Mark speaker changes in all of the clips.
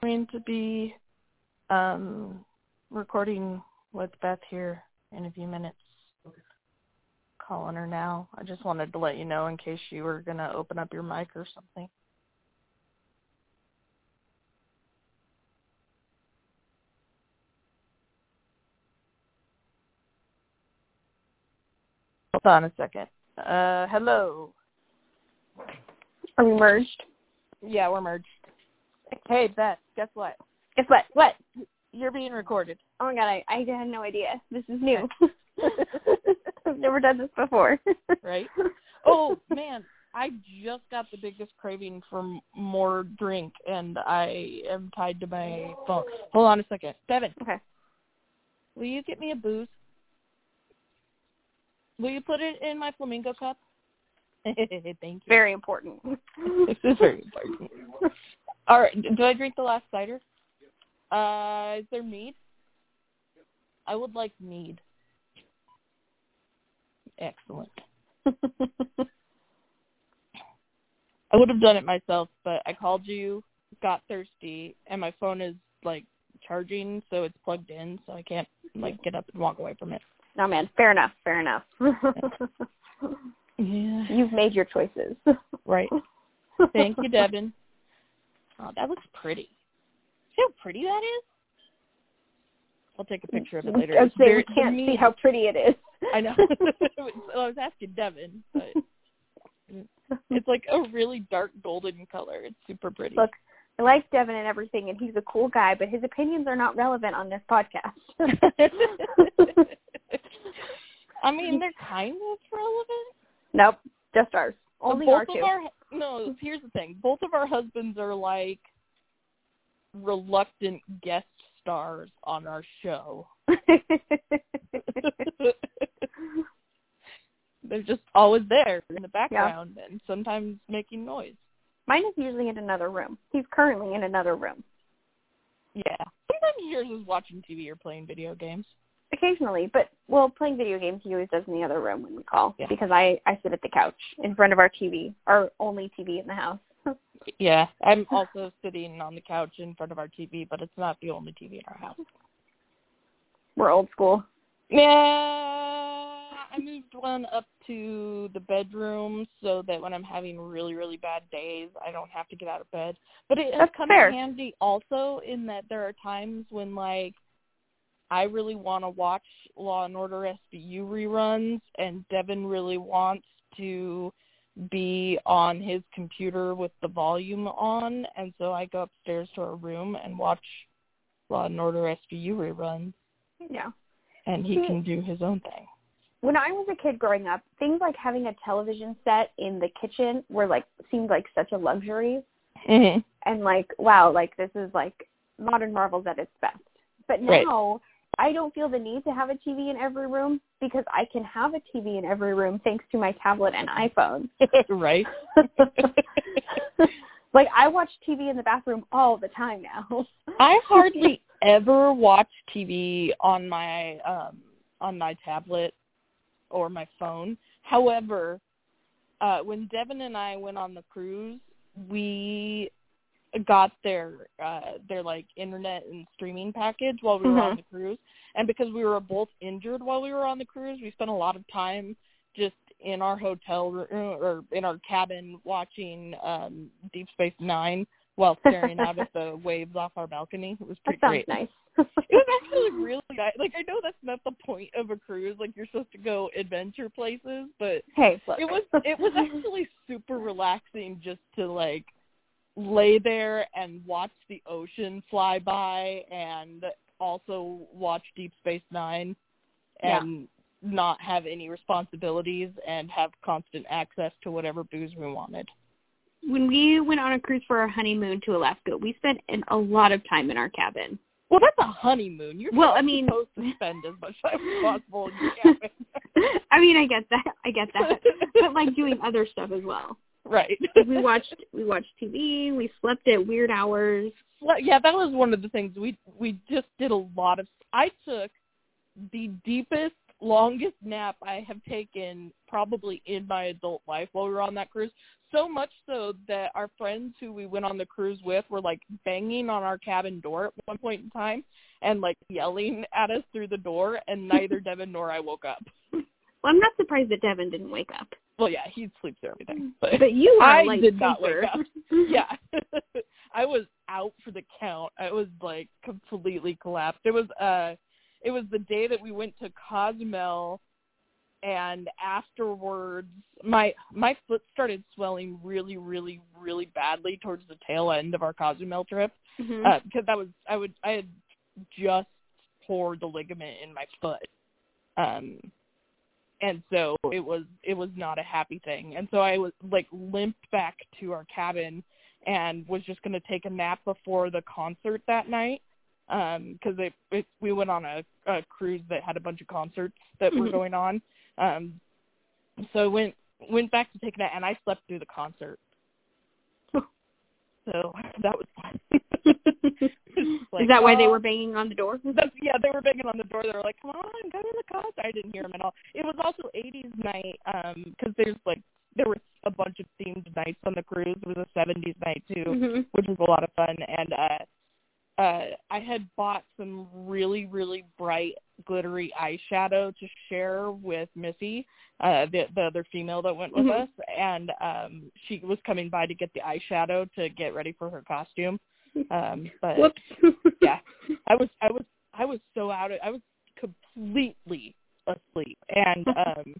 Speaker 1: going to be um, recording with Beth here in a few minutes. Calling her now. I just wanted to let you know in case you were going to open up your mic or something. Hold on a second. Uh, hello.
Speaker 2: Are we merged?
Speaker 1: Yeah, we're merged. Hey, Beth, guess what?
Speaker 2: Guess what? What?
Speaker 1: You're being recorded.
Speaker 2: Oh my god, I, I had no idea. This is new. I've never done this before.
Speaker 1: Right? Oh, man. I just got the biggest craving for m- more drink, and I am tied to my phone. Hold on a second. Devin,
Speaker 2: Okay.
Speaker 1: will you get me a booze? Will you put it in my flamingo cup? Thank you.
Speaker 2: Very important.
Speaker 1: This is very important. All right. Did I drink the last cider? Uh, is there mead? I would like mead. Excellent. I would have done it myself, but I called you, got thirsty, and my phone is like charging, so it's plugged in, so I can't like get up and walk away from it.
Speaker 2: No man, fair enough, fair enough.
Speaker 1: Yeah.
Speaker 2: You've made your choices.
Speaker 1: Right. Thank you, Devin. Oh, that looks pretty. See how pretty that is? I'll take a picture of it later.
Speaker 2: I'd
Speaker 1: It's
Speaker 2: say
Speaker 1: very-
Speaker 2: we
Speaker 1: the
Speaker 2: can't see
Speaker 1: meat-
Speaker 2: how pretty it is.
Speaker 1: I know. So I was asking Devin, but it's like a really dark golden color. It's super pretty.
Speaker 2: Look. I like Devin and everything, and he's a cool guy, but his opinions are not relevant on this podcast.
Speaker 1: I mean, they're kind of relevant.
Speaker 2: nope, just ours. Only
Speaker 1: both
Speaker 2: our two.
Speaker 1: of our no. Here's the thing: both of our husbands are like reluctant guest stars on our show. They're just always there in the background and sometimes making noise.
Speaker 2: Mine is usually in another room. He's currently in another room.
Speaker 1: Yeah. Sometimes yours is watching TV or playing video games.
Speaker 2: Occasionally, but well, playing video games he always does in the other room when we call
Speaker 1: Yeah.
Speaker 2: because I I sit at the couch in front of our TV, our only TV in the house.
Speaker 1: Yeah. I'm also sitting on the couch in front of our TV, but it's not the only TV in our house.
Speaker 2: We're old school.
Speaker 1: Yeah. I moved one up to the bedroom so that when I'm having really, really bad days, I don't have to get out of bed. But it has
Speaker 2: That's
Speaker 1: come
Speaker 2: fair.
Speaker 1: in handy also in that there are times when like I really want to watch Law and Order SVU reruns, and Devin really wants to be on his computer with the volume on, and so I go upstairs to our room and watch Law and Order SVU reruns,
Speaker 2: Yeah.
Speaker 1: and he can do his own thing.
Speaker 2: When I was a kid growing up, things like having a television set in the kitchen were like seemed like such a luxury
Speaker 1: Mm-hmm.
Speaker 2: and like wow, like this is like modern Marvels at its best. But
Speaker 1: Right.
Speaker 2: now I don't feel the need to have a TV in every room because I can have a TV in every room thanks to my tablet and iPhone.
Speaker 1: right?
Speaker 2: like I watch TV in the bathroom all the time now.
Speaker 1: I hardly ever watch TV on my um on my tablet or my phone. However, uh when Devin and I went on the cruise, we got their uh their like internet and streaming package while we were
Speaker 2: Mhm.
Speaker 1: on the cruise. And because we were both injured while we were on the cruise, we spent a lot of time just in our hotel room or in our cabin watching um Deep Space 9 while staring out at the waves off our balcony. It was
Speaker 2: that
Speaker 1: pretty
Speaker 2: sounds
Speaker 1: great.
Speaker 2: nice.
Speaker 1: It was actually really nice. Like I know that's not the point of a cruise. Like you're supposed to go adventure places, but
Speaker 2: Hey, look.
Speaker 1: it was it was actually super relaxing just to like lay there and watch the ocean fly by and also watch Deep Space 9 and not have any responsibilities and have constant access to whatever booze we wanted.
Speaker 2: when we went on a cruise for our honeymoon to Alaska, we spent an, a lot of time in our cabin.
Speaker 1: Well, that's a honeymoon. You're
Speaker 2: Well,
Speaker 1: not
Speaker 2: I mean-
Speaker 1: supposed to spend as much time as possible in your cabin.
Speaker 2: I mean, I get that. I get that. but like doing other stuff as well.
Speaker 1: right.
Speaker 2: Like, we watched we watched TV, we slept at weird hours.
Speaker 1: Well, yeah, that was one of the things we we just did a lot of. I took the deepest, longest nap I have taken probably in my adult life while we were on that cruise. So much so that our friends who we went on the cruise with were like banging on our cabin door at one point in time and like yelling at us through the door and neither Devin nor I woke up.
Speaker 2: Well, I'm not surprised that Devin didn't wake up.
Speaker 1: Well, yeah, he sleeps through everything. But,
Speaker 2: But you are
Speaker 1: I
Speaker 2: a light
Speaker 1: did not
Speaker 2: sleeper.
Speaker 1: wake up. yeah. I was out for the count. I was like completely collapsed. It was uh it was the day that we went to Cozumel and afterwards my my foot started swelling really really really badly towards the tail end of our Cozumel trip
Speaker 2: Mhm.
Speaker 1: because Uh, that was I would I had just tore the ligament in my foot, um, and so it was it was not a happy thing. And so I was like limped back to our cabin and was just going to take a nap before the concert that night because it, it we went on a, a cruise that had a bunch of concerts that were
Speaker 2: Mhm.
Speaker 1: going on. Um, so I went went back to take a nap and I slept through the concert. So that was fun.
Speaker 2: Is that why they
Speaker 1: oh.
Speaker 2: were banging on the door?
Speaker 1: That's, yeah, they were banging on the door. They were like, "Come on, come in the car." I didn't hear them at all. It was also '80s night because there's like there were a bunch of themed nights on the cruise. It was a '70s night too,
Speaker 2: Mhm.
Speaker 1: which was a lot of fun. And uh, uh, I had bought some really, really bright, glittery eyeshadow to share with Missy, uh, the, the other female that went with
Speaker 2: Mhm.
Speaker 1: us, and um, she was coming by to get the eyeshadow to get ready for her costume. Um, but
Speaker 2: Whoops.
Speaker 1: yeah i was i was i was so out of i was completely asleep and um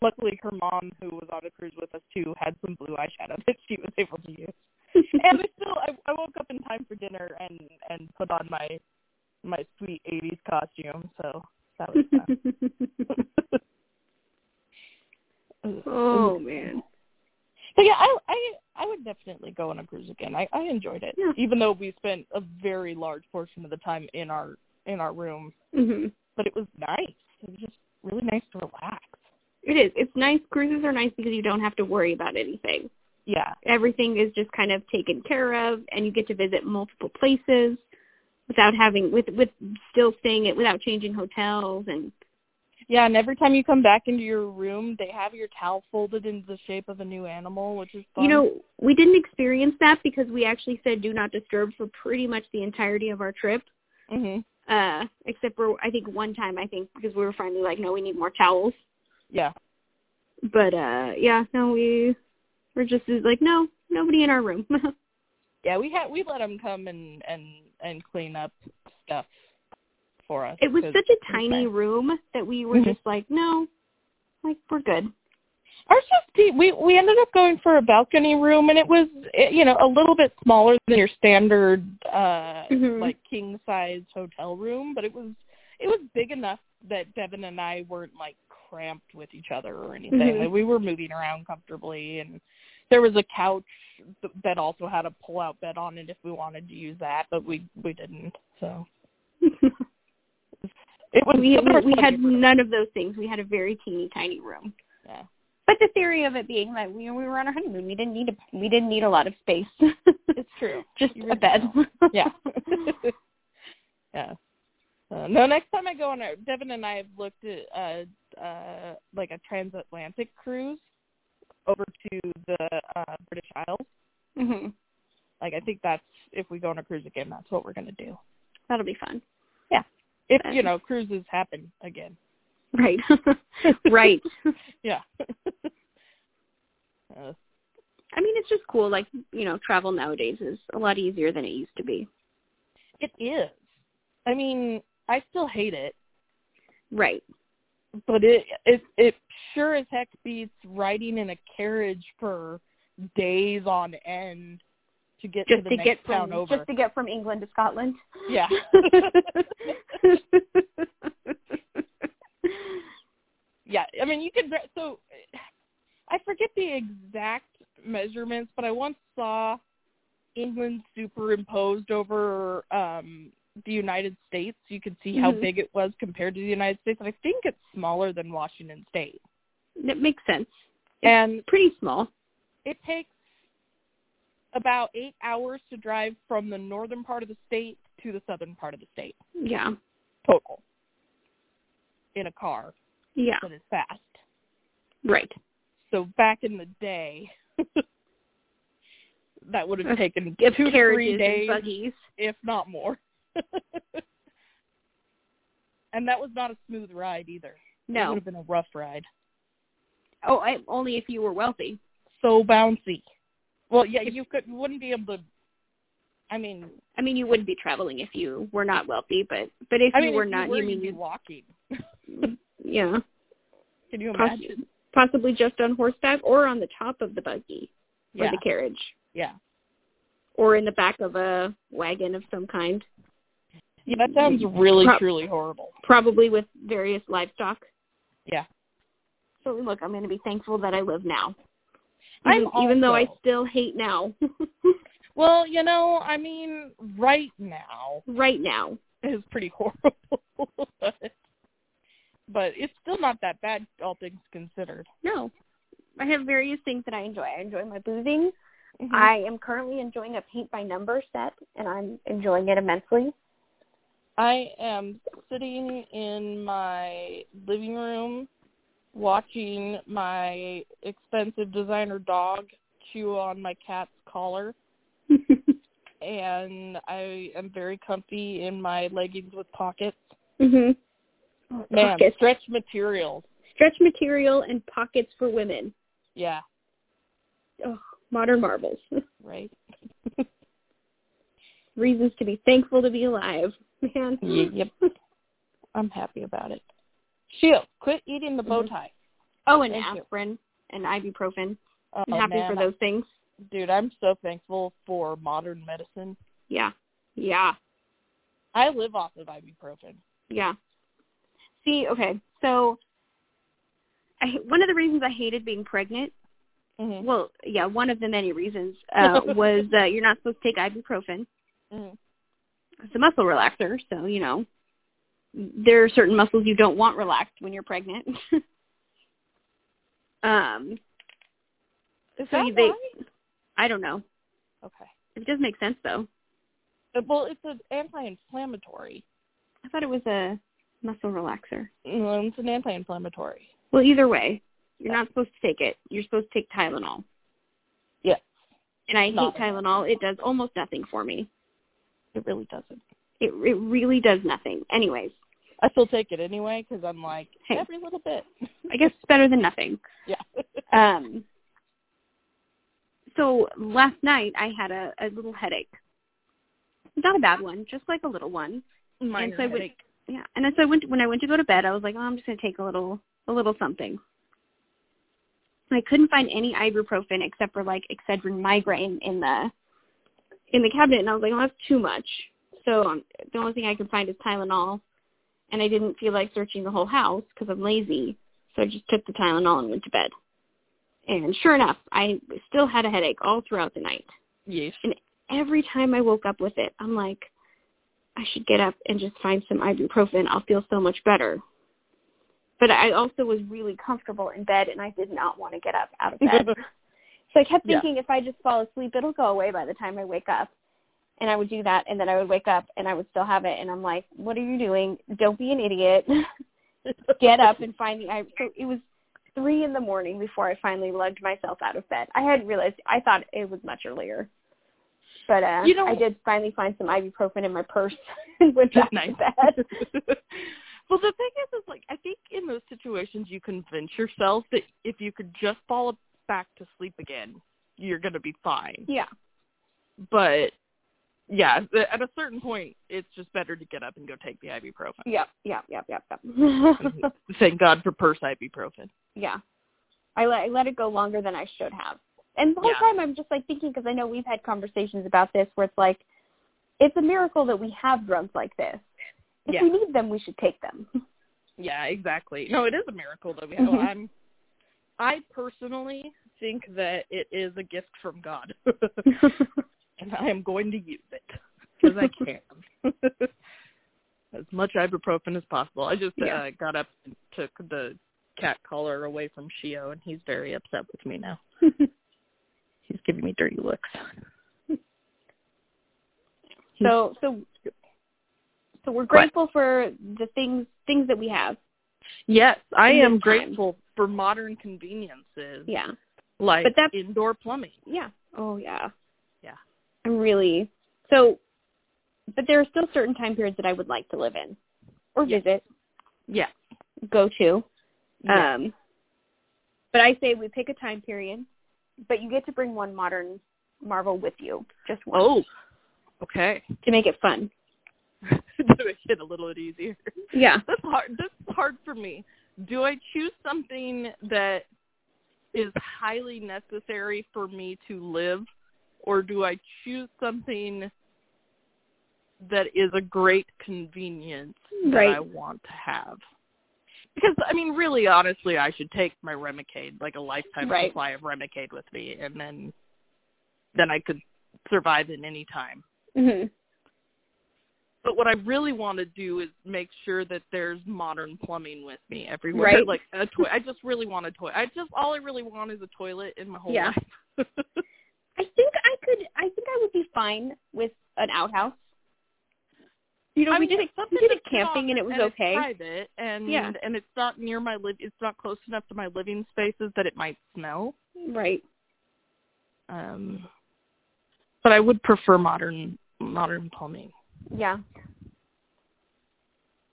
Speaker 1: luckily her mom who was on the cruise with us too had some blue eyeshadow that she was able to use and i still i, I woke up in time for dinner and and put on my my sweet eighties costume so that was fun
Speaker 2: oh man.
Speaker 1: but yeah i i i would definitely go on a cruise again i i enjoyed it
Speaker 2: Yeah.
Speaker 1: even though we spent a very large portion of the time in our in our room
Speaker 2: Mhm.
Speaker 1: but it was nice. It was just really nice to relax.
Speaker 2: It is. It's nice. Cruises are nice because you don't have to worry about anything.
Speaker 1: Yeah,
Speaker 2: Everything is just kind of taken care of, and you get to visit multiple places without having with with still staying it without changing hotels and
Speaker 1: yeah. And every time you come back into your room, they have your towel folded into the shape of a new animal, which is fun.
Speaker 2: You know, we didn't experience that because we actually said do not disturb for pretty much the entirety of our trip.
Speaker 1: hmm
Speaker 2: Uh, except for I think one time I think because we were finally like, no, we need more towels.
Speaker 1: yeah,
Speaker 2: But uh yeah, no, we were just like, no, nobody in our room.
Speaker 1: yeah. We had we let them come and and and clean up stuff for us.
Speaker 2: it was
Speaker 1: 'cause-
Speaker 2: such a tiny room that we were
Speaker 3: Mm-hmm.
Speaker 1: Mhm.
Speaker 2: just like, no, like we're good.
Speaker 1: Ours was deep. We we ended up going for a balcony room, and it was it, you know a little bit smaller than your standard uh
Speaker 3: Mm-hmm.
Speaker 2: Mhm.
Speaker 1: like king size hotel room, but it was it was big enough that Devin and I weren't like cramped with each other or anything.
Speaker 2: Mhm.
Speaker 1: Like, we were moving around comfortably, and there was a couch th- that also had a pull out bed on it if we wanted to use that, but we we didn't. So it was
Speaker 2: we
Speaker 1: there was
Speaker 2: we, we
Speaker 1: plenty
Speaker 2: had
Speaker 1: of room.
Speaker 2: none of those things. We had a very teeny tiny room.
Speaker 1: Yeah.
Speaker 3: But the theory of it being that we, we were on our honeymoon, we didn't need a we didn't need a lot of space.
Speaker 1: It's true.
Speaker 3: Just
Speaker 1: You
Speaker 3: a
Speaker 1: really
Speaker 3: bed.
Speaker 1: yeah. yeah. Uh, no, next time I go on a Devin and I have looked at uh uh like a transatlantic cruise over to the uh British Isles.
Speaker 2: hmm
Speaker 1: Like I think that's if we go on a cruise again, that's what we're gonna do.
Speaker 2: That'll be fun.
Speaker 1: If you know, cruises happen again.
Speaker 2: Right. right.
Speaker 1: yeah. uh,
Speaker 2: I mean, it's just cool. Like, you know, travel nowadays is a lot easier than it used to be.
Speaker 1: it is. I mean, I still hate it,
Speaker 2: Right.
Speaker 1: but it it it sure as heck beats riding in a carriage for days on end to get to
Speaker 2: Just
Speaker 1: the
Speaker 2: to
Speaker 1: next
Speaker 2: get
Speaker 1: town
Speaker 2: from-
Speaker 1: over.
Speaker 3: just to get from England to Scotland.
Speaker 1: yeah. yeah, I mean you could dri- so I forget the exact measurements, but I once saw England superimposed over um the United States. You could see how
Speaker 2: Mhm.
Speaker 1: big it was compared to the United States, and I think it's smaller than Washington State.
Speaker 2: That makes sense.
Speaker 1: And
Speaker 2: Pretty small.
Speaker 1: it takes about eight hours to drive from the northern part of the state to the southern part of the state
Speaker 2: Yeah.
Speaker 1: total in a car
Speaker 2: Yeah.
Speaker 1: that is fast.
Speaker 2: Right.
Speaker 1: So back in the day, that would have taken
Speaker 2: Get
Speaker 1: two to
Speaker 2: carriages
Speaker 1: three days,
Speaker 2: and buggies.
Speaker 1: if not more. and that was not a smooth ride either. It would
Speaker 2: No.
Speaker 1: have been a rough ride.
Speaker 2: Oh, I, only if you were wealthy.
Speaker 1: So bouncy. Well, yeah, you could you wouldn't be able to. I mean,
Speaker 2: I mean, you wouldn't be traveling if you were not wealthy, but but if
Speaker 1: I
Speaker 2: you
Speaker 1: mean,
Speaker 2: were
Speaker 1: if
Speaker 2: not,
Speaker 1: you, were,
Speaker 2: mean
Speaker 1: you'd be
Speaker 2: you
Speaker 1: walking.
Speaker 2: yeah,
Speaker 1: Can you
Speaker 2: poss-
Speaker 1: imagine?
Speaker 2: possibly just on horseback or on the top of the buggy or
Speaker 1: Yeah,
Speaker 2: the carriage
Speaker 1: yeah,
Speaker 2: or in the back of a wagon of some kind,
Speaker 1: yeah. That sounds really
Speaker 2: Pro-
Speaker 1: truly horrible.
Speaker 2: probably with various livestock.
Speaker 1: Yeah.
Speaker 2: So look, I'm going to be thankful that I live now.
Speaker 1: I'm
Speaker 2: Even, even though I
Speaker 1: also-
Speaker 2: still hate now,
Speaker 1: Well, you know, I mean, right now
Speaker 2: right now.
Speaker 1: is pretty horrible, but, but it's still not that bad, all things considered.
Speaker 2: No. I have various things that I enjoy. I enjoy my
Speaker 3: Boozing.
Speaker 2: Mm-hmm.
Speaker 3: I am currently enjoying a paint by number set, and I'm enjoying it immensely.
Speaker 1: I am sitting in my living room watching my expensive designer dog chew on my cat's collar
Speaker 2: Mm-hmm.
Speaker 1: and I am very comfy in my leggings with pockets.
Speaker 2: mhm.
Speaker 1: Man,
Speaker 2: Pockets.
Speaker 1: stretch materials.
Speaker 2: Stretch material and pockets for women.
Speaker 1: Yeah,
Speaker 2: Oh, modern marvels.
Speaker 1: right.
Speaker 2: Reasons to be thankful to be alive. Man.
Speaker 1: Yep. I'm happy about it. Shield, quit eating the bow
Speaker 2: Mhm.
Speaker 1: tie.
Speaker 2: Oh, and
Speaker 1: Thank you.
Speaker 2: aspirin and ibuprofen.
Speaker 1: Oh,
Speaker 2: I'm happy
Speaker 1: man.
Speaker 2: for those things.
Speaker 1: Dude, I'm so thankful for modern medicine.
Speaker 2: Yeah. Yeah.
Speaker 1: I live off of ibuprofen.
Speaker 2: Yeah. See, okay. So I one of the reasons I hated being pregnant
Speaker 1: Mm-hmm.
Speaker 2: well, yeah, one of the many reasons uh, was uh, you're not supposed to take ibuprofen.
Speaker 1: Mm-hmm.
Speaker 2: It's a muscle relaxer, so you know there are certain muscles you don't want relaxed when you're pregnant. um,
Speaker 1: Is
Speaker 2: so
Speaker 1: that
Speaker 2: you- they,
Speaker 1: why?
Speaker 2: I don't know.
Speaker 1: Okay.
Speaker 2: It does make sense though.
Speaker 1: Uh, Well, it's an anti-inflammatory.
Speaker 2: I thought it was a muscle relaxer.
Speaker 1: Mm, It's an anti-inflammatory.
Speaker 2: Well, either way, you're not supposed to take it. You're supposed to take Tylenol,
Speaker 1: Yes,
Speaker 2: and I
Speaker 1: Not-
Speaker 2: hate Tylenol. It does almost nothing for me.
Speaker 1: it really doesn't.
Speaker 2: It it really does nothing. Anyways,
Speaker 1: I still take it anyway because I'm like
Speaker 2: Hey.
Speaker 1: every little bit.
Speaker 2: I guess it's better than nothing.
Speaker 1: Yeah.
Speaker 2: Um, so last night I had a, a little headache. Not a bad one, just like a little one.
Speaker 1: Minor
Speaker 2: and so I went,
Speaker 1: headache.
Speaker 2: yeah. And so I went when I went to go to bed, I was like, oh, I'm just gonna take a little a little something. And I couldn't find any ibuprofen except for like Excedrin migraine in the in the cabinet, and I was like, oh, that's too much. So um, the only thing I could find is Tylenol, and I didn't feel like searching the whole house because I'm lazy. So I just took the Tylenol and went to bed. And sure enough, I still had a headache all throughout the night.
Speaker 1: Yes.
Speaker 2: Every time I woke up with it, I'm like, I should get up and just find some ibuprofen. I'll feel so much better. But I also was really comfortable in bed, and I did not want to get up out of bed.
Speaker 3: So I kept
Speaker 1: Yeah.
Speaker 3: thinking if I just fall asleep, it'll go away by the time I wake up. And I would do that, and then I would wake up, and I would still have it. And I'm like, "What are you doing? Don't be an idiot. Get up and find the." I so it was three in the morning before I finally lugged myself out of bed. I hadn't realized. I thought it was much earlier, but uh,
Speaker 1: You know-
Speaker 3: I did finally find some ibuprofen in my purse and went back
Speaker 1: Nice.
Speaker 3: to bed.
Speaker 1: well, the thing is, is like I think in those situations you convince yourself that if you could just fall back to sleep again, you're gonna be fine.
Speaker 2: Yeah.
Speaker 1: But yeah, th- at a certain point, it's just better to get up and go take the ibuprofen. Mm-hmm.
Speaker 2: Yep. Yep. Yep. Yep. Yep.
Speaker 1: Thank God for purse ibuprofen.
Speaker 2: yeah.
Speaker 3: I let I let it go longer than I should have. And the whole
Speaker 1: Yeah.
Speaker 3: time I'm just like thinking because I know we've had conversations about this where it's like it's a miracle that we have drugs like this. If
Speaker 1: Yeah.
Speaker 3: we need them, we should take them.
Speaker 1: Yeah, exactly. No, it is a miracle that we
Speaker 3: Mhm.
Speaker 1: have. I'm, I personally think that it is a gift from God, and I am going to use it because I can. as much ibuprofen as possible. I just
Speaker 2: Yeah.
Speaker 1: uh, got up and took the cat collar away from Shio, and he's very upset with me now. he's giving me dirty looks.
Speaker 2: So so so we're grateful for the things things that we have.
Speaker 1: Yes, I
Speaker 2: In this
Speaker 1: am
Speaker 2: time.
Speaker 1: grateful for modern conveniences
Speaker 2: Yeah.
Speaker 1: like
Speaker 2: But that's-
Speaker 1: indoor plumbing.
Speaker 2: Yeah. Oh yeah. I'm really so, but there are still certain time periods that I would like to live in, or
Speaker 1: Yeah.
Speaker 2: visit,
Speaker 1: Yeah.
Speaker 2: go to.
Speaker 1: Yeah.
Speaker 2: Um, but I say we pick a time period, but you get to bring one modern Marvel with you, just one,
Speaker 1: oh. Okay.
Speaker 2: to make it fun.
Speaker 1: to make it a little bit easier.
Speaker 2: Yeah.
Speaker 1: That's hard. This is hard for me. Do I choose something that is highly necessary for me to live, or do I choose something that is a great convenience that
Speaker 2: Right.
Speaker 1: I want to have? Because I mean, really, honestly, I should take my Remicade, like a lifetime
Speaker 2: Right.
Speaker 1: supply of Remicade, with me, and then then I could survive in any time.
Speaker 2: Mhm.
Speaker 1: But what I really want to do is make sure that there's modern plumbing with me everywhere.
Speaker 2: Right.
Speaker 1: Like a toy. I just really want a toy. I just all I really want is a toilet in my whole
Speaker 2: Yeah.
Speaker 1: life.
Speaker 2: I think I could. I think I would be fine with an outhouse. You know,
Speaker 1: I
Speaker 2: we
Speaker 1: mean,
Speaker 2: did
Speaker 1: it's
Speaker 2: it. We
Speaker 1: something
Speaker 2: did
Speaker 1: to
Speaker 2: it
Speaker 1: sit
Speaker 2: camping,
Speaker 1: on
Speaker 2: and it was
Speaker 1: it's
Speaker 2: okay.
Speaker 1: private, and
Speaker 2: Yeah.
Speaker 1: and it's not near my live. It's not close enough to my living spaces that it might smell.
Speaker 2: Right.
Speaker 1: Um, but I would prefer modern modern plumbing.
Speaker 2: Yeah.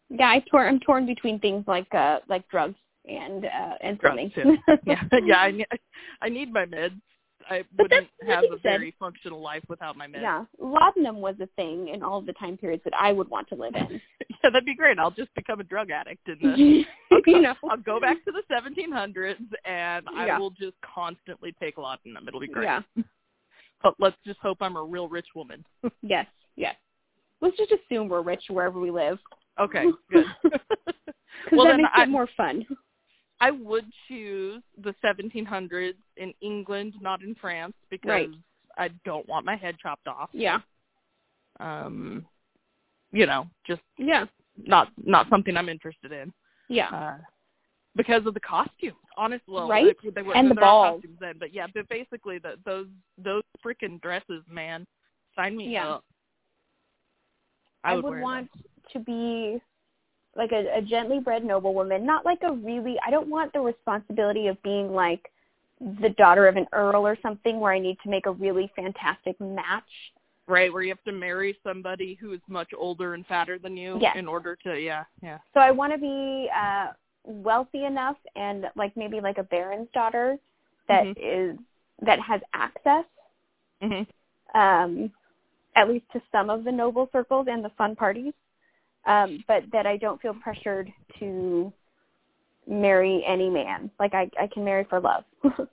Speaker 2: Yeah, I tor- I'm torn between things like uh like drugs and uh and
Speaker 1: Drugs,
Speaker 2: plumbing.
Speaker 1: Yeah, yeah. I ne- I need my meds. I
Speaker 2: But that's-
Speaker 1: wouldn't
Speaker 2: like
Speaker 1: have
Speaker 2: you
Speaker 1: a
Speaker 2: said-
Speaker 1: very functional life without my meds.
Speaker 2: yeah. Laudanum was a thing in all of the time periods that I would want to live in.
Speaker 1: yeah, that'd be great. I'll just become a drug addict and then I'll go,
Speaker 2: you know.
Speaker 1: I'll go back to the 1700s and I
Speaker 2: Yeah.
Speaker 1: will just constantly take laudanum. It'll be great.
Speaker 2: Yeah.
Speaker 1: But let's just hope I'm a real rich woman.
Speaker 2: Yes. Yes. Let's just assume we're rich wherever we live.
Speaker 1: Okay, good.
Speaker 2: 'Cause
Speaker 1: well,
Speaker 2: that
Speaker 1: then
Speaker 2: makes
Speaker 1: I,
Speaker 2: it more fun.
Speaker 1: I would choose the 1700s in England, not in France, because
Speaker 2: Right.
Speaker 1: I don't want my head chopped off.
Speaker 2: Yeah.
Speaker 1: Um, you know, just
Speaker 2: Yeah.
Speaker 1: not not something I'm interested in.
Speaker 2: Yeah.
Speaker 1: uh, because of the costumes. Honestly, well,
Speaker 2: Right?
Speaker 1: they, they were,
Speaker 2: And the
Speaker 1: they're not
Speaker 2: balls.
Speaker 1: costumes then, but yeah, but basically the, those those freaking dresses, man, sign me
Speaker 2: Yeah.
Speaker 1: up. I,
Speaker 2: would,
Speaker 1: wear them.
Speaker 2: want to be like a, a gently bred noblewoman, not like a really. I don't want the responsibility of being like the daughter of an earl or something, where I need to make a really fantastic match.
Speaker 1: right where you have to marry somebody who is much older and fatter than you
Speaker 2: Yes.
Speaker 1: in order to yeah yeah
Speaker 2: So I want to be uh wealthy enough and like maybe like a baron's daughter that is that has access
Speaker 1: hmm
Speaker 2: um at least to some of the noble circles and the fun parties um but that I don't feel pressured to marry any man like I I can marry for love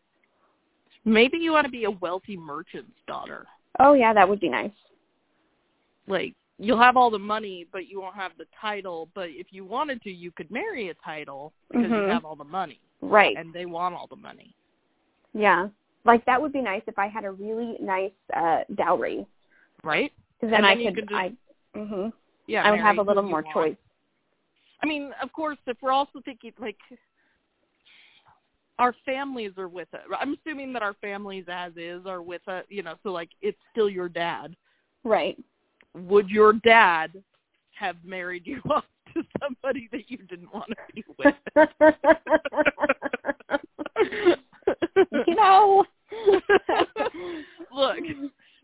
Speaker 1: Maybe you want to be a wealthy merchant's daughter.
Speaker 2: oh yeah that would be nice
Speaker 1: Like you'll have all the money, but you won't have the title. But if you wanted to, you could marry a title because
Speaker 2: Mhm.
Speaker 1: you have all the money,
Speaker 2: right
Speaker 1: and they want all the money.
Speaker 2: yeah like that would be nice if I had a really nice uh dowry
Speaker 1: Right?
Speaker 2: cuz
Speaker 1: And
Speaker 2: I
Speaker 1: then you could
Speaker 2: could,
Speaker 1: just-
Speaker 2: I mhm
Speaker 1: Yeah,
Speaker 2: I would have
Speaker 1: marry
Speaker 2: a little
Speaker 1: who you
Speaker 2: more
Speaker 1: want.
Speaker 2: choice
Speaker 1: I mean, of course, if we're also thinking like our families are with it. I'm assuming that our families as is are with it, you know, so like it's still your dad.
Speaker 2: right
Speaker 1: Would your dad have married you off to somebody that you didn't want to be with?
Speaker 2: you know
Speaker 1: Look,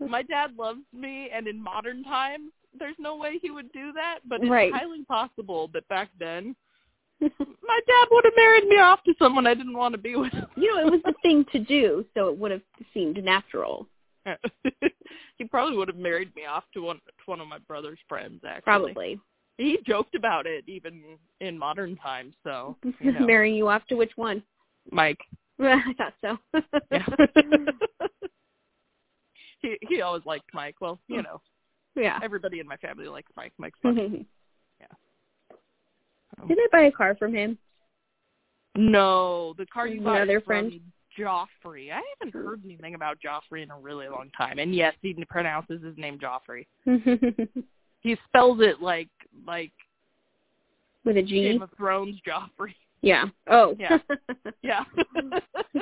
Speaker 1: my dad loves me and in modern times there's no way he would do that, but it's
Speaker 2: Right.
Speaker 1: highly possible that back then my dad would have married me off to someone I didn't want to be with.
Speaker 2: you know it was the thing to do so it would have seemed natural
Speaker 1: he probably would have married me off to one to one of my brother's friends actually.
Speaker 2: probably
Speaker 1: He joked about it even in modern times, so you know,
Speaker 2: marrying you off to which one
Speaker 1: Mike.
Speaker 2: i thought so
Speaker 1: Yeah. he he always liked Mike. Well, you know,
Speaker 2: yeah
Speaker 1: everybody in my family likes Mike. Mike's funny.
Speaker 2: did
Speaker 1: so.
Speaker 2: i buy a car from him
Speaker 1: No, the car you bought
Speaker 2: Another
Speaker 1: is from
Speaker 2: friend?
Speaker 1: Joffrey. I haven't heard anything about Joffrey in a really long time. And yes, he pronounces his name Joffrey.
Speaker 2: with
Speaker 1: He spells it like like
Speaker 2: a g
Speaker 1: Game of Thrones Joffrey.
Speaker 2: yeah oh
Speaker 1: Yeah. Yeah.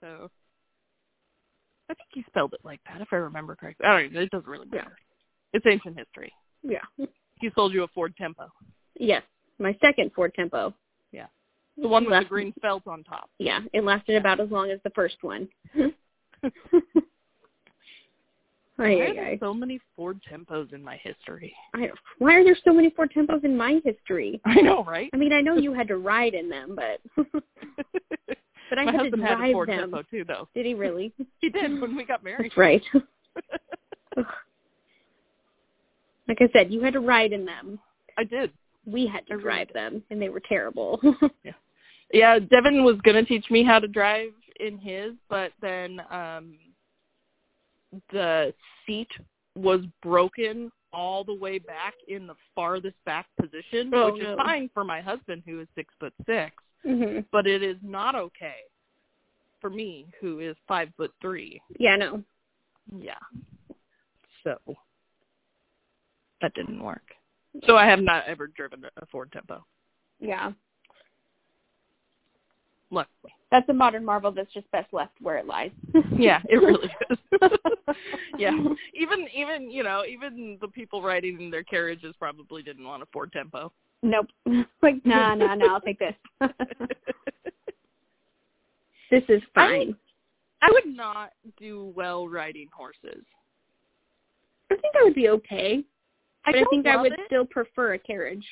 Speaker 1: so I think he spelled it like that if I remember correctly. I don't know, it doesn't really
Speaker 2: Yeah.
Speaker 1: matter. It's ancient history.
Speaker 2: yeah
Speaker 1: He sold you a Ford Tempo.
Speaker 2: yes my second ford tempo
Speaker 1: Yeah. The one with
Speaker 2: Left-
Speaker 1: the green felt on top.
Speaker 2: yeah it lasted about as long as the first one Ay,
Speaker 1: Why are
Speaker 2: ay,
Speaker 1: there
Speaker 2: ay.
Speaker 1: so many Ford Tempos in my history?
Speaker 2: I, why are there so many Ford Tempos in my history?
Speaker 1: I know, right?
Speaker 2: I mean, I know you had to ride in them, but but I
Speaker 1: my
Speaker 2: had to
Speaker 1: husband had a
Speaker 2: drive
Speaker 1: Ford
Speaker 2: them.
Speaker 1: Tempo too, though.
Speaker 2: Did he really?
Speaker 1: He did when we got married.
Speaker 2: That's right. Like I said, you had to ride in them.
Speaker 1: I did.
Speaker 2: We had
Speaker 1: I
Speaker 2: to
Speaker 1: really
Speaker 2: drive them, and they were terrible.
Speaker 1: Yeah, Devin was gonna teach me how to drive in his, but then um the seat was broken all the way back in the farthest back position,
Speaker 2: Oh,
Speaker 1: which
Speaker 2: no.
Speaker 1: is fine for my husband who is six foot six,
Speaker 2: hmm
Speaker 1: but it is not okay for me who is five foot three.
Speaker 2: Yeah, no.
Speaker 1: Yeah. So that didn't work. So I have not ever driven a Ford Tempo,
Speaker 2: Yeah,
Speaker 1: luckily.
Speaker 3: That's a modern marvel that's just best left where it lies.
Speaker 1: Yeah, it really is. yeah, even even you know even the people riding in their carriages probably didn't want a Ford Tempo.
Speaker 2: Nope. like, nah, nah, nah. I'll take this. this is fine.
Speaker 1: I would not do well riding horses.
Speaker 2: I think I would be okay,
Speaker 1: I
Speaker 2: but I,
Speaker 1: don't
Speaker 2: think I
Speaker 1: love
Speaker 2: would
Speaker 1: it.
Speaker 2: still prefer a carriage.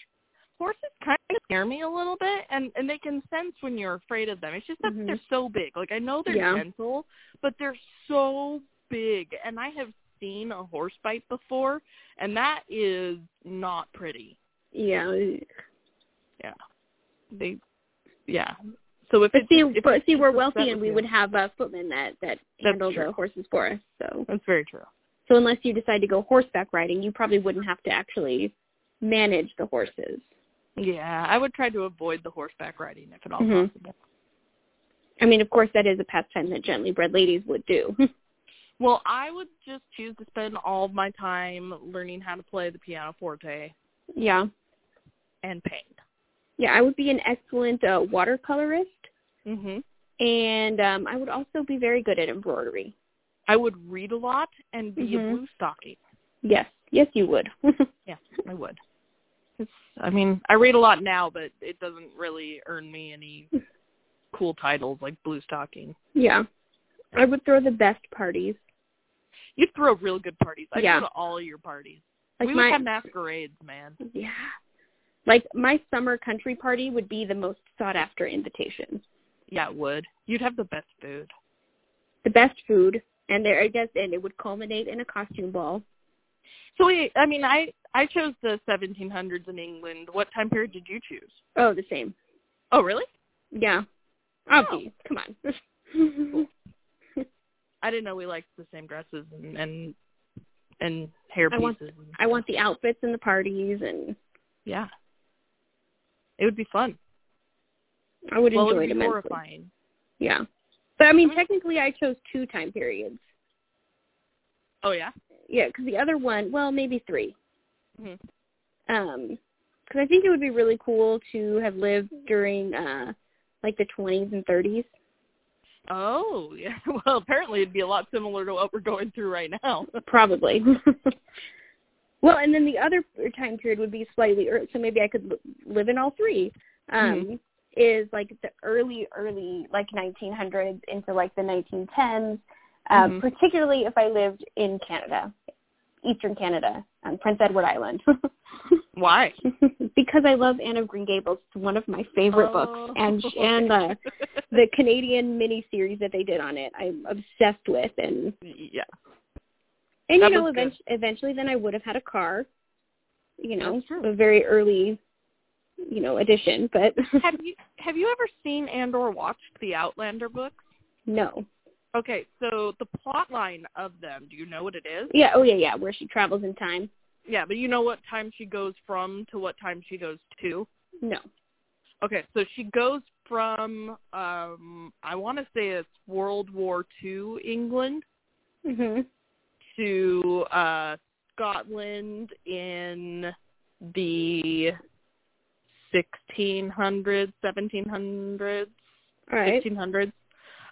Speaker 1: horses kind of scare me a little bit, and and they can sense when you're afraid of them. It's just that
Speaker 2: Mhm.
Speaker 1: they're so big. Like I know they're
Speaker 2: Yeah.
Speaker 1: gentle, but they're so big, and I have seen a horse bite before, and that is not pretty.
Speaker 2: Yeah.
Speaker 1: they yeah. So if
Speaker 2: But
Speaker 1: it's
Speaker 2: see,
Speaker 1: if
Speaker 2: but
Speaker 1: it's
Speaker 2: see, we're
Speaker 1: just upset
Speaker 2: wealthy,
Speaker 1: with
Speaker 2: and we
Speaker 1: you-
Speaker 2: would have uh, footmen that that
Speaker 1: That's
Speaker 2: handle
Speaker 1: true.
Speaker 2: the horses for us. So,
Speaker 1: That's very true.
Speaker 2: so unless you decide to go horseback riding, you probably wouldn't have to actually manage the horses.
Speaker 1: Yeah, I would try to avoid the horseback riding if at all
Speaker 2: Mhm.
Speaker 1: possible.
Speaker 2: I mean, of course, that is a pastime that gently bred ladies would do.
Speaker 1: Well, I would just choose to spend all of my time learning how to play the pianoforte
Speaker 2: yeah,
Speaker 1: and paint.
Speaker 2: yeah, I would be an excellent uh, watercolorist,
Speaker 1: Mhm.
Speaker 2: and um, I would also be very good at embroidery.
Speaker 1: I would read a lot and be
Speaker 2: Mhm.
Speaker 1: a blue stocking.
Speaker 2: Yes, yes, you would.
Speaker 1: Yeah, I would. It's I mean, I read a lot now, but it doesn't really earn me any cool titles like blue stocking.
Speaker 2: yeah, I would throw the best parties.
Speaker 1: You throw real good parties. I
Speaker 2: Yeah.
Speaker 1: go to all of your parties.
Speaker 2: Like
Speaker 1: we
Speaker 2: my
Speaker 1: would have masquerades, man.
Speaker 2: Yeah. Like my summer country party would be the most sought after invitation.
Speaker 1: Yeah, it would. You'd have the best food.
Speaker 2: The best food and there I guess and it would culminate in a costume ball.
Speaker 1: So wait, I mean, I I chose the 1700s in England. What time period did you choose?
Speaker 2: Oh, the same.
Speaker 1: Oh, really?
Speaker 2: Yeah.
Speaker 1: Oh.
Speaker 2: Oh, geez, come on.
Speaker 1: I didn't know we liked the same dresses and and, and hair
Speaker 2: I
Speaker 1: pieces.
Speaker 2: want-
Speaker 1: and
Speaker 2: I want the outfits and the parties and
Speaker 1: Yeah. It would be fun.
Speaker 2: I would
Speaker 1: well, it
Speaker 2: enjoy
Speaker 1: would
Speaker 2: it
Speaker 1: be
Speaker 2: immensely.
Speaker 1: horrifying.
Speaker 2: Yeah. But I mean
Speaker 1: Mhm.
Speaker 2: technically I chose two time periods.
Speaker 1: Oh yeah.
Speaker 2: Yeah, cuz the other one, well, maybe three.
Speaker 1: hmm
Speaker 2: um because i think it would be really cool to have lived during uh like the twenties and thirties
Speaker 1: Oh yeah. Well, apparently it'd be a lot similar to what we're going through right now.
Speaker 2: probably well and then the other time period would be slightly early so maybe i could li- live in all three um
Speaker 1: Mhm.
Speaker 2: is like the early early like 1900s into like the 1910s uh,
Speaker 1: Mhm.
Speaker 2: particularly if i lived in canada eastern canada on prince edward island
Speaker 1: Why?
Speaker 2: because i love anne of green gables it's one of my favorite
Speaker 1: Oh.
Speaker 2: books and sh- and uh the Canadian mini series that they did on it. I'm obsessed with, and
Speaker 1: yeah.
Speaker 2: and
Speaker 1: That
Speaker 2: you know,
Speaker 1: was good.
Speaker 2: eventually, eventually, then I would have had a car. You know,
Speaker 1: That's true.
Speaker 2: a very early, you know, edition, but
Speaker 1: have you have you ever seen and or watched the Outlander books?
Speaker 2: no,
Speaker 1: Okay, so the plot line of them, do you know what it is?
Speaker 2: yeah, oh yeah, yeah, where she travels in time.
Speaker 1: Yeah, but you know what time she goes from to what time she goes to?
Speaker 2: No,
Speaker 1: Okay, so she goes from um I want to say it's World War Two England Mm-hmm.
Speaker 2: hmm
Speaker 1: to uh Scotland in the 1600s, 1700s.
Speaker 2: all right,
Speaker 1: fifteen hundreds.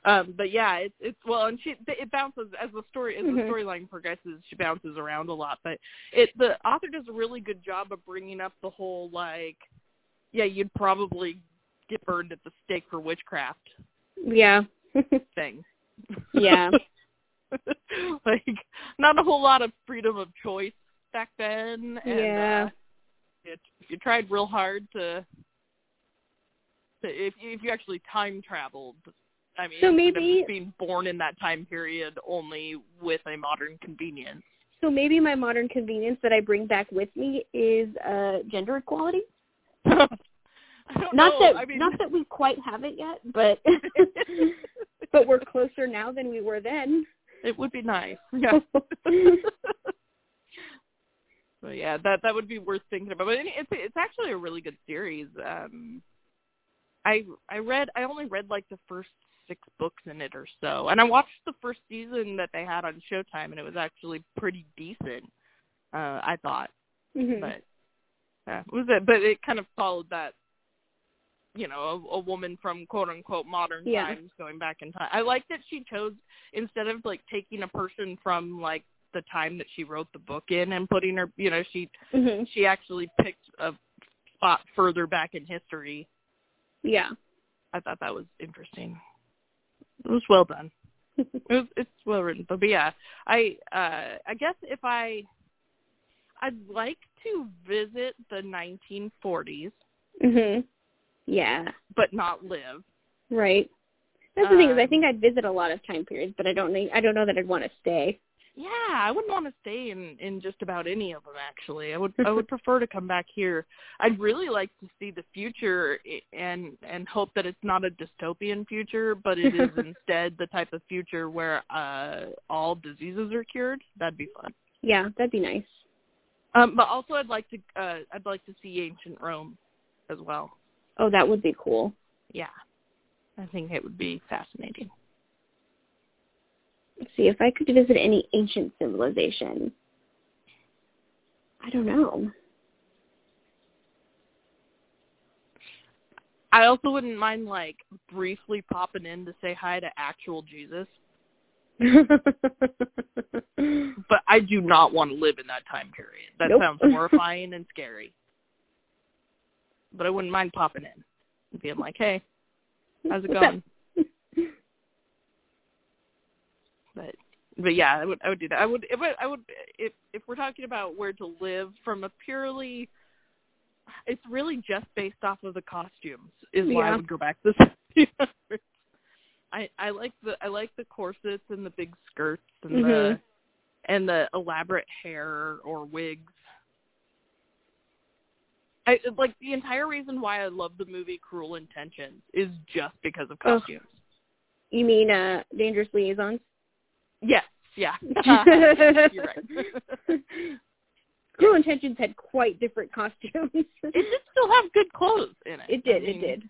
Speaker 1: Um, but yeah, it's it's well, and she it bounces as the story as the
Speaker 2: Mhm.
Speaker 1: storyline progresses. She bounces around a lot, but it the author does a really good job of bringing up the whole like, yeah, you'd probably get burned at the stake for witchcraft
Speaker 2: yeah,
Speaker 1: thing.
Speaker 2: yeah.
Speaker 1: like not a whole lot of freedom of choice back then. And,
Speaker 2: Yeah.
Speaker 1: Uh, it, you tried real hard to, to if you- if you actually time traveled. I mean,
Speaker 2: So
Speaker 1: it would have
Speaker 2: maybe-
Speaker 1: being born in that time period only with a modern convenience.
Speaker 2: So maybe my modern convenience that I bring back with me is uh gender equality.
Speaker 1: I don't
Speaker 2: Not
Speaker 1: know.
Speaker 2: that
Speaker 1: Oh, I mean,
Speaker 2: not that we quite have it yet, but but we're closer now than we were then.
Speaker 1: it would be nice. Yeah. So yeah, that that would be worth thinking about. But it- it's it's actually a really good series. Um, I I read I only read like the first six books in it or so, and I watched the first season that they had on Showtime, and it was actually pretty decent. Uh, I thought,
Speaker 2: Mhm.
Speaker 1: but yeah, it was it? But it kind of followed that, you know, a, a woman from quote unquote modern
Speaker 2: Yeah.
Speaker 1: times going back in time. I like that she chose instead of like taking a person from like the time that she wrote the book in and putting her, you know, she
Speaker 2: Mhm.
Speaker 1: she actually picked a spot further back in history.
Speaker 2: Yeah.
Speaker 1: I thought that was interesting. It was well done. it was, it's well written, but, but yeah, I uh, I guess if I I'd like to visit the 1940s,
Speaker 2: Mhm. Yeah.
Speaker 1: but not live.
Speaker 2: Right. That's the thing is I
Speaker 1: Um,
Speaker 2: think I'd visit a lot of time periods, but I don't think I don't know that I'd want to stay.
Speaker 1: Yeah, I wouldn't want to stay in in just about any of them. Actually, I would I would prefer to come back here. I'd really like to see the future i- and and hope that it's not a dystopian future, but it is instead the type of future where uh all diseases are cured. That'd be fun.
Speaker 2: Yeah, that'd be nice.
Speaker 1: Um, but also, I'd like to uh I'd like to see ancient Rome as well.
Speaker 2: Oh, that would be cool.
Speaker 1: Yeah, I think it would be fascinating.
Speaker 2: Let's see if I could visit any ancient civilization. I don't know.
Speaker 1: I also wouldn't mind like briefly popping in to say hi to actual Jesus. but I do not want to live in that time period. That
Speaker 2: Nope.
Speaker 1: sounds horrifying and scary. But I wouldn't mind popping in and being like, "Hey, how's it
Speaker 2: What's up?
Speaker 1: going?" But but yeah, I would I would do that. I would if I, I would if if we're talking about where to live from a purely it's really just based off of the costumes is why I
Speaker 2: Yeah.
Speaker 1: would go back this I I like the I like the corsets and the big skirts and the
Speaker 2: Mhm.
Speaker 1: and the elaborate hair or wigs. I like the entire reason why I love the movie Cruel Intentions is just because of
Speaker 2: Ugh.
Speaker 1: costumes.
Speaker 2: You mean uh dangerous liaisons?
Speaker 1: Yes, yeah. You're right.
Speaker 2: Cruel Intentions had quite different costumes.
Speaker 1: It did still have good clothes in it.
Speaker 2: It did,
Speaker 1: I
Speaker 2: it
Speaker 1: mean,
Speaker 2: did.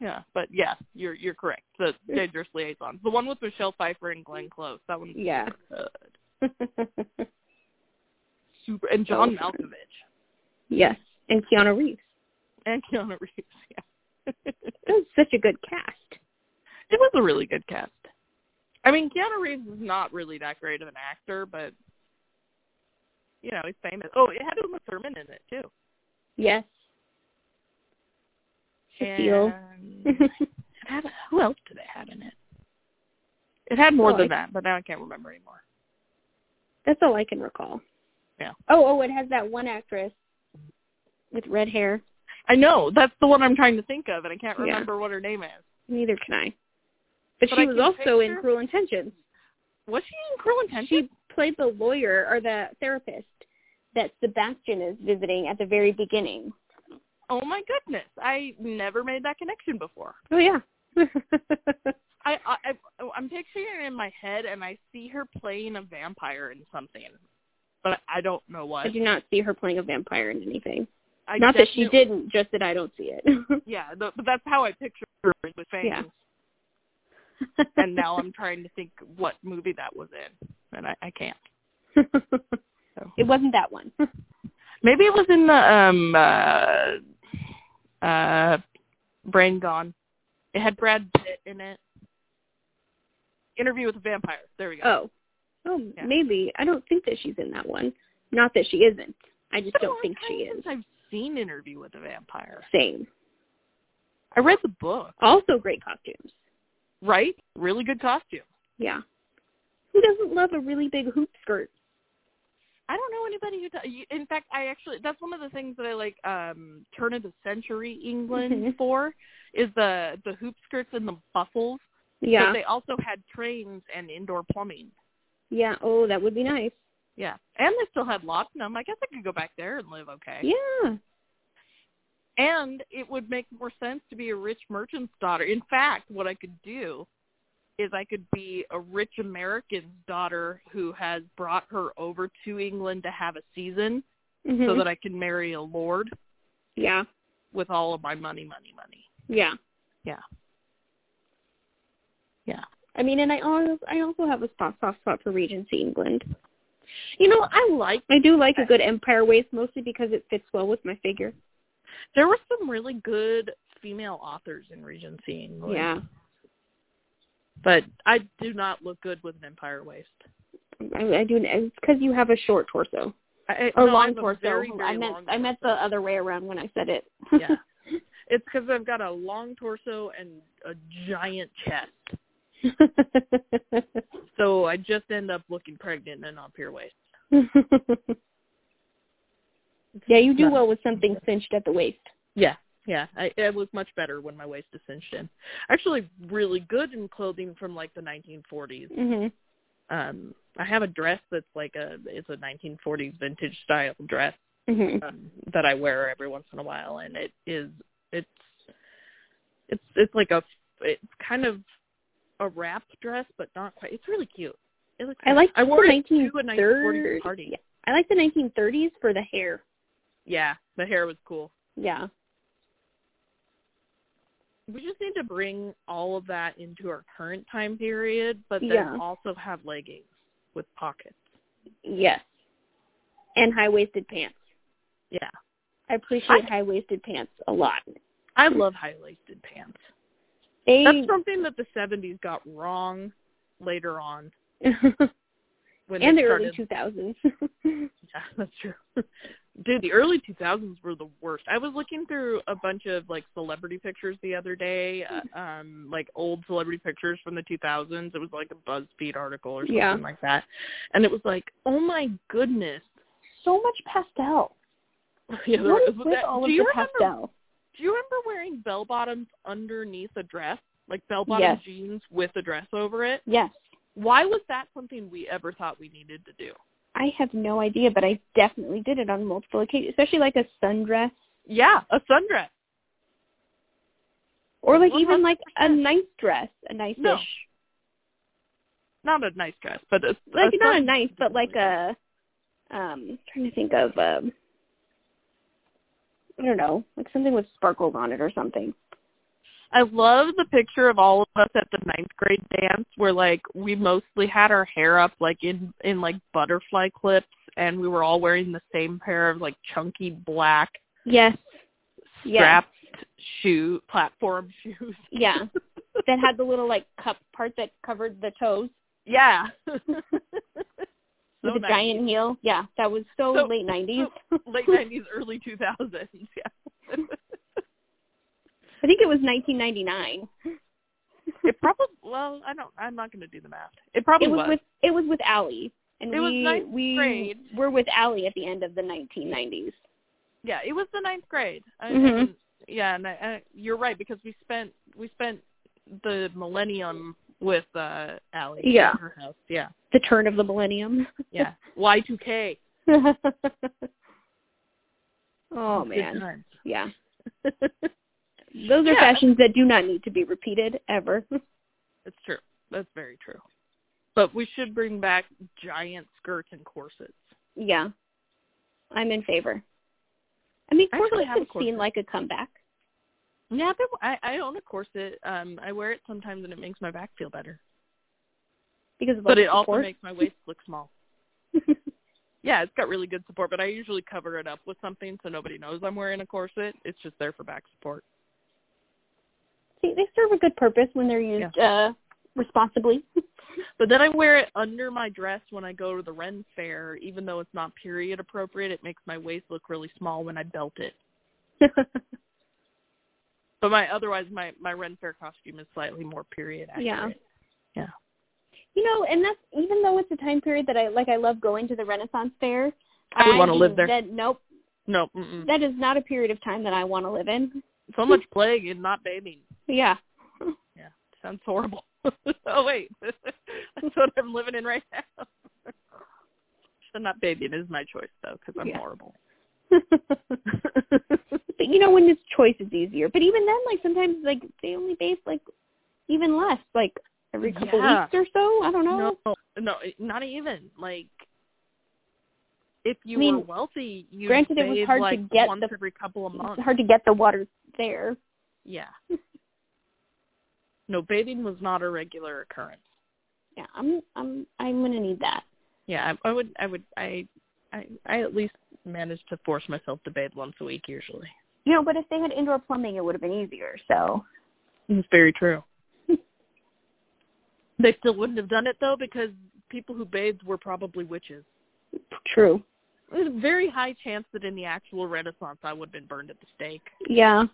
Speaker 1: Yeah, but yeah, you're you're correct. The Dangerous Liaisons, the one with Michelle Pfeiffer and Glenn Close, that one.
Speaker 2: Yeah.
Speaker 1: Uh, super and John
Speaker 2: So fun.
Speaker 1: Malkovich
Speaker 2: yes. And Keanu Reeves.
Speaker 1: and Keanu Reeves. Yeah,
Speaker 2: That
Speaker 1: it
Speaker 2: was such a good cast.
Speaker 1: was a really good cast. I mean, Keanu Reeves is not really that great of an actor, but you know he's famous. Oh, it had Uma Thurman in it too.
Speaker 2: Yes. Shaquille.
Speaker 1: And had, who else did it have in it? It had more
Speaker 2: Oh,
Speaker 1: than
Speaker 2: I-
Speaker 1: that, but now I can't remember anymore.
Speaker 2: That's all I can recall.
Speaker 1: Yeah.
Speaker 2: Oh, oh, it has that one actress with red hair.
Speaker 1: I know that's the one I'm trying to think of, and I can't
Speaker 2: Yeah.
Speaker 1: remember what her name is.
Speaker 2: Neither can I.
Speaker 1: But
Speaker 2: But, she
Speaker 1: I
Speaker 2: was
Speaker 1: can
Speaker 2: also in
Speaker 1: picture-
Speaker 2: Cruel Intentions.
Speaker 1: Was she in Cruel Intentions?
Speaker 2: She played the lawyer or the therapist that Sebastian is visiting at the very beginning.
Speaker 1: oh my goodness, I never made that connection before.
Speaker 2: Oh yeah.
Speaker 1: I, I I- I'm picturing her in my head, and I see her playing a vampire in something, but I don't know what.
Speaker 2: I do not see her playing a vampire in anything.
Speaker 1: I
Speaker 2: not that she
Speaker 1: definitely-
Speaker 2: didn't, just that I don't see it.
Speaker 1: Yeah, th- but that's how I picture her with fangs.
Speaker 2: Yeah.
Speaker 1: and now I'm trying to think what movie that was in, and I, I can't. So.
Speaker 2: it wasn't that one.
Speaker 1: Maybe it was in the um uh uh Brain Gone. It had Brad Pitt in it. Interview with a Vampire. There we go.
Speaker 2: Oh. Oh,
Speaker 1: Yeah.
Speaker 2: maybe. I don't think that she's in that one. Not that she isn't. I just
Speaker 1: It's been a
Speaker 2: don't
Speaker 1: long
Speaker 2: think
Speaker 1: time
Speaker 2: she is.
Speaker 1: since I've seen Interview with a Vampire.
Speaker 2: Same.
Speaker 1: I read the book.
Speaker 2: Also great costumes.
Speaker 1: Right? Really good costume.
Speaker 2: Yeah. Who doesn't love a really big hoop skirt?
Speaker 1: I don't know anybody who. T- you- in fact, I actually that's one of the things that I like um turn of the century England
Speaker 2: Mhm.
Speaker 1: for is the the hoop skirts and the buckles.
Speaker 2: Yeah.
Speaker 1: But they also had trains and indoor plumbing.
Speaker 2: Yeah. Oh, that would be nice.
Speaker 1: Yeah, and they still had Lochnum. I guess I could go back there and live okay.
Speaker 2: Yeah.
Speaker 1: And it would make more sense to be a rich merchant's daughter. In fact, what I could do is I could be a rich American's daughter who has brought her over to England to have a season
Speaker 2: hmm
Speaker 1: so that I can marry a lord
Speaker 2: yeah.
Speaker 1: with all of my money, money, money.
Speaker 2: Yeah.
Speaker 1: Yeah. Yeah.
Speaker 2: I mean, and I also I also have a spot soft spot for Regency England. You know, I like I do like a good empire waist mostly because it fits well with my figure.
Speaker 1: There were some really good female authors in Regency England.
Speaker 2: Yeah.
Speaker 1: But I do not look good with an empire waist.
Speaker 2: I, I do. It's because you have a short torso
Speaker 1: I,
Speaker 2: or
Speaker 1: no, I
Speaker 2: long
Speaker 1: have a
Speaker 2: torso.
Speaker 1: Very,
Speaker 2: Oh, I
Speaker 1: very
Speaker 2: meant
Speaker 1: long
Speaker 2: I meant the
Speaker 1: torso.
Speaker 2: other way around when I said it.
Speaker 1: yeah. It's because I've got a long torso and a giant chest. So I just end up looking pregnant and up your waist.
Speaker 2: yeah, you do
Speaker 1: No.
Speaker 2: well with something cinched at the waist.
Speaker 1: Yeah, yeah. I, I look much better when my waist is cinched in. Actually, really good in clothing from like the 1940s.
Speaker 2: Mhm.
Speaker 1: Um, I have a dress that's like a it's a 1940s vintage style dress
Speaker 2: Mhm.
Speaker 1: um, that I wear every once in a while, and it is it's it's it's like a it's kind of a wrap dress, but not quite. It's really cute. It looks
Speaker 2: I like
Speaker 1: I wore
Speaker 2: the
Speaker 1: it to a 1940s
Speaker 2: 1930s.
Speaker 1: party.
Speaker 2: Yeah. I like the 1930s for the hair.
Speaker 1: Yeah, the hair was cool.
Speaker 2: Yeah.
Speaker 1: We just need to bring all of that into our current time period, but then
Speaker 2: Yeah.
Speaker 1: also have leggings with pockets.
Speaker 2: Yes. And high waisted pants.
Speaker 1: Yeah.
Speaker 2: I appreciate high waisted pants a lot.
Speaker 1: I love high waisted pants.
Speaker 2: They
Speaker 1: That's something that the seventies got wrong later on when
Speaker 2: and
Speaker 1: they
Speaker 2: the early
Speaker 1: started
Speaker 2: two thousands.
Speaker 1: Yeah, that's true. Dude, the early 2000s were the worst. I was looking through a bunch of like celebrity pictures the other day,
Speaker 2: Hmm.
Speaker 1: uh, um like old celebrity pictures from the 2000s. It was like a BuzzFeed article or something
Speaker 2: Yeah.
Speaker 1: like that. And it was like, "Oh my goodness."
Speaker 2: so much pastel.
Speaker 1: Yeah, there
Speaker 2: What
Speaker 1: was-
Speaker 2: is with
Speaker 1: that-
Speaker 2: all
Speaker 1: do
Speaker 2: of
Speaker 1: you
Speaker 2: the
Speaker 1: remember
Speaker 2: pastel?
Speaker 1: do you remember wearing bell bottoms underneath a dress? Like bell bottom
Speaker 2: Yes.
Speaker 1: jeans with a dress over it?
Speaker 2: Yes.
Speaker 1: Why was that something we ever thought we needed to do?
Speaker 2: I have no idea, but I definitely did it on multiple occasions, especially like a sundress
Speaker 1: Yeah, a sundress.
Speaker 2: or like even
Speaker 1: 100%.
Speaker 2: like a nice dress, a nice
Speaker 1: No.
Speaker 2: ish.
Speaker 1: Not a nice dress, but a,
Speaker 2: Like
Speaker 1: a
Speaker 2: not a
Speaker 1: sun-
Speaker 2: nice, but like a um trying to think of um I don't know, like something with sparkles on it or something.
Speaker 1: I love the picture of all of us at the ninth grade dance where like we mostly had our hair up like in in like butterfly clips and we were all wearing the same pair of like chunky black
Speaker 2: Yes. Yes.
Speaker 1: strapped shoe platform shoes.
Speaker 2: Yeah. that had the little like cup part that covered the toes
Speaker 1: Yeah.
Speaker 2: with
Speaker 1: So
Speaker 2: a giant heel. Yeah, that was so,
Speaker 1: So-
Speaker 2: late nineties.
Speaker 1: late nineties, early two thousands, yeah.
Speaker 2: I think it was nineteen ninety nine.
Speaker 1: it probably well, I don't I'm not gonna do the math. It probably
Speaker 2: It was with it was with Allie. And
Speaker 1: It was
Speaker 2: we
Speaker 1: ninth
Speaker 2: we
Speaker 1: grade.
Speaker 2: were with Allie at the end of the nineteen nineties.
Speaker 1: Yeah, it was the ninth grade. I,
Speaker 2: Mhm.
Speaker 1: and- yeah, and I, I, you're right because we spent we spent the millennium with uh Allie
Speaker 2: Yeah.
Speaker 1: at her house. Yeah,
Speaker 2: The turn of the millennium.
Speaker 1: yeah. Y2K.
Speaker 2: oh
Speaker 1: Good
Speaker 2: man.
Speaker 1: times.
Speaker 2: Yeah. Those are
Speaker 1: Yeah.
Speaker 2: fashions that do not need to be repeated ever.
Speaker 1: That's true. That's very true. But we should bring back giant skirts and corsets.
Speaker 2: yeah. I'm in favor. I mean,
Speaker 1: I actually
Speaker 2: corsets
Speaker 1: have a
Speaker 2: have seen
Speaker 1: corset.
Speaker 2: like a comeback.
Speaker 1: Yeah, but I, I own a corset. Um, I wear it sometimes and it makes my back feel better.
Speaker 2: because of
Speaker 1: but
Speaker 2: all
Speaker 1: it
Speaker 2: the
Speaker 1: also
Speaker 2: support.
Speaker 1: makes my waist look small. Yeah, it's got really good support, but I usually cover it up with something so nobody knows I'm wearing a corset. It's just there for back support.
Speaker 2: See, they serve a good purpose when they're used uh responsibly.
Speaker 1: But then I wear it under my dress when I go to the Ren Fair, even though it's not period appropriate. It makes my waist look really small when I belt it. But my otherwise my my Ren Fair costume is slightly more period accurate.
Speaker 2: Yeah. You know, and that's even though it's a time period that I like. I love going to the Renaissance Fair.
Speaker 1: I would wanna
Speaker 2: I-
Speaker 1: live there. Mm.
Speaker 2: That, nope,
Speaker 1: No, mm-mm.
Speaker 2: that is not a period of time that I want to live in.
Speaker 1: so much plague and not bathing.
Speaker 2: Yeah,
Speaker 1: Yeah, sounds horrible. oh wait, that's what I'm living in right now. so not bathing is my choice though, because I'm
Speaker 2: Yeah.
Speaker 1: horrible.
Speaker 2: but you know when this choice is easier. But even then, like sometimes like they only base like even less, like every couple
Speaker 1: Yeah.
Speaker 2: weeks or so. I don't know.
Speaker 1: No, no, not even like. If you
Speaker 2: I mean,
Speaker 1: were wealthy, you
Speaker 2: granted it was hard to
Speaker 1: like
Speaker 2: get
Speaker 1: once
Speaker 2: the-
Speaker 1: every couple of months.
Speaker 2: It's hard to get the water there.
Speaker 1: Yeah. no, bathing was not a regular occurrence.
Speaker 2: Yeah, I'm I'm I'm gonna need that.
Speaker 1: Yeah, I, I would, I would, I, I, I at least managed to force myself to bathe once a week usually.
Speaker 3: You know, but if they had indoor plumbing, it would have been easier. So
Speaker 1: It's very true. they still wouldn't have done it though because people who bathed were probably witches.
Speaker 2: True.
Speaker 1: There's a very high chance that in the actual Renaissance I would have been burned at the stake
Speaker 2: Yeah.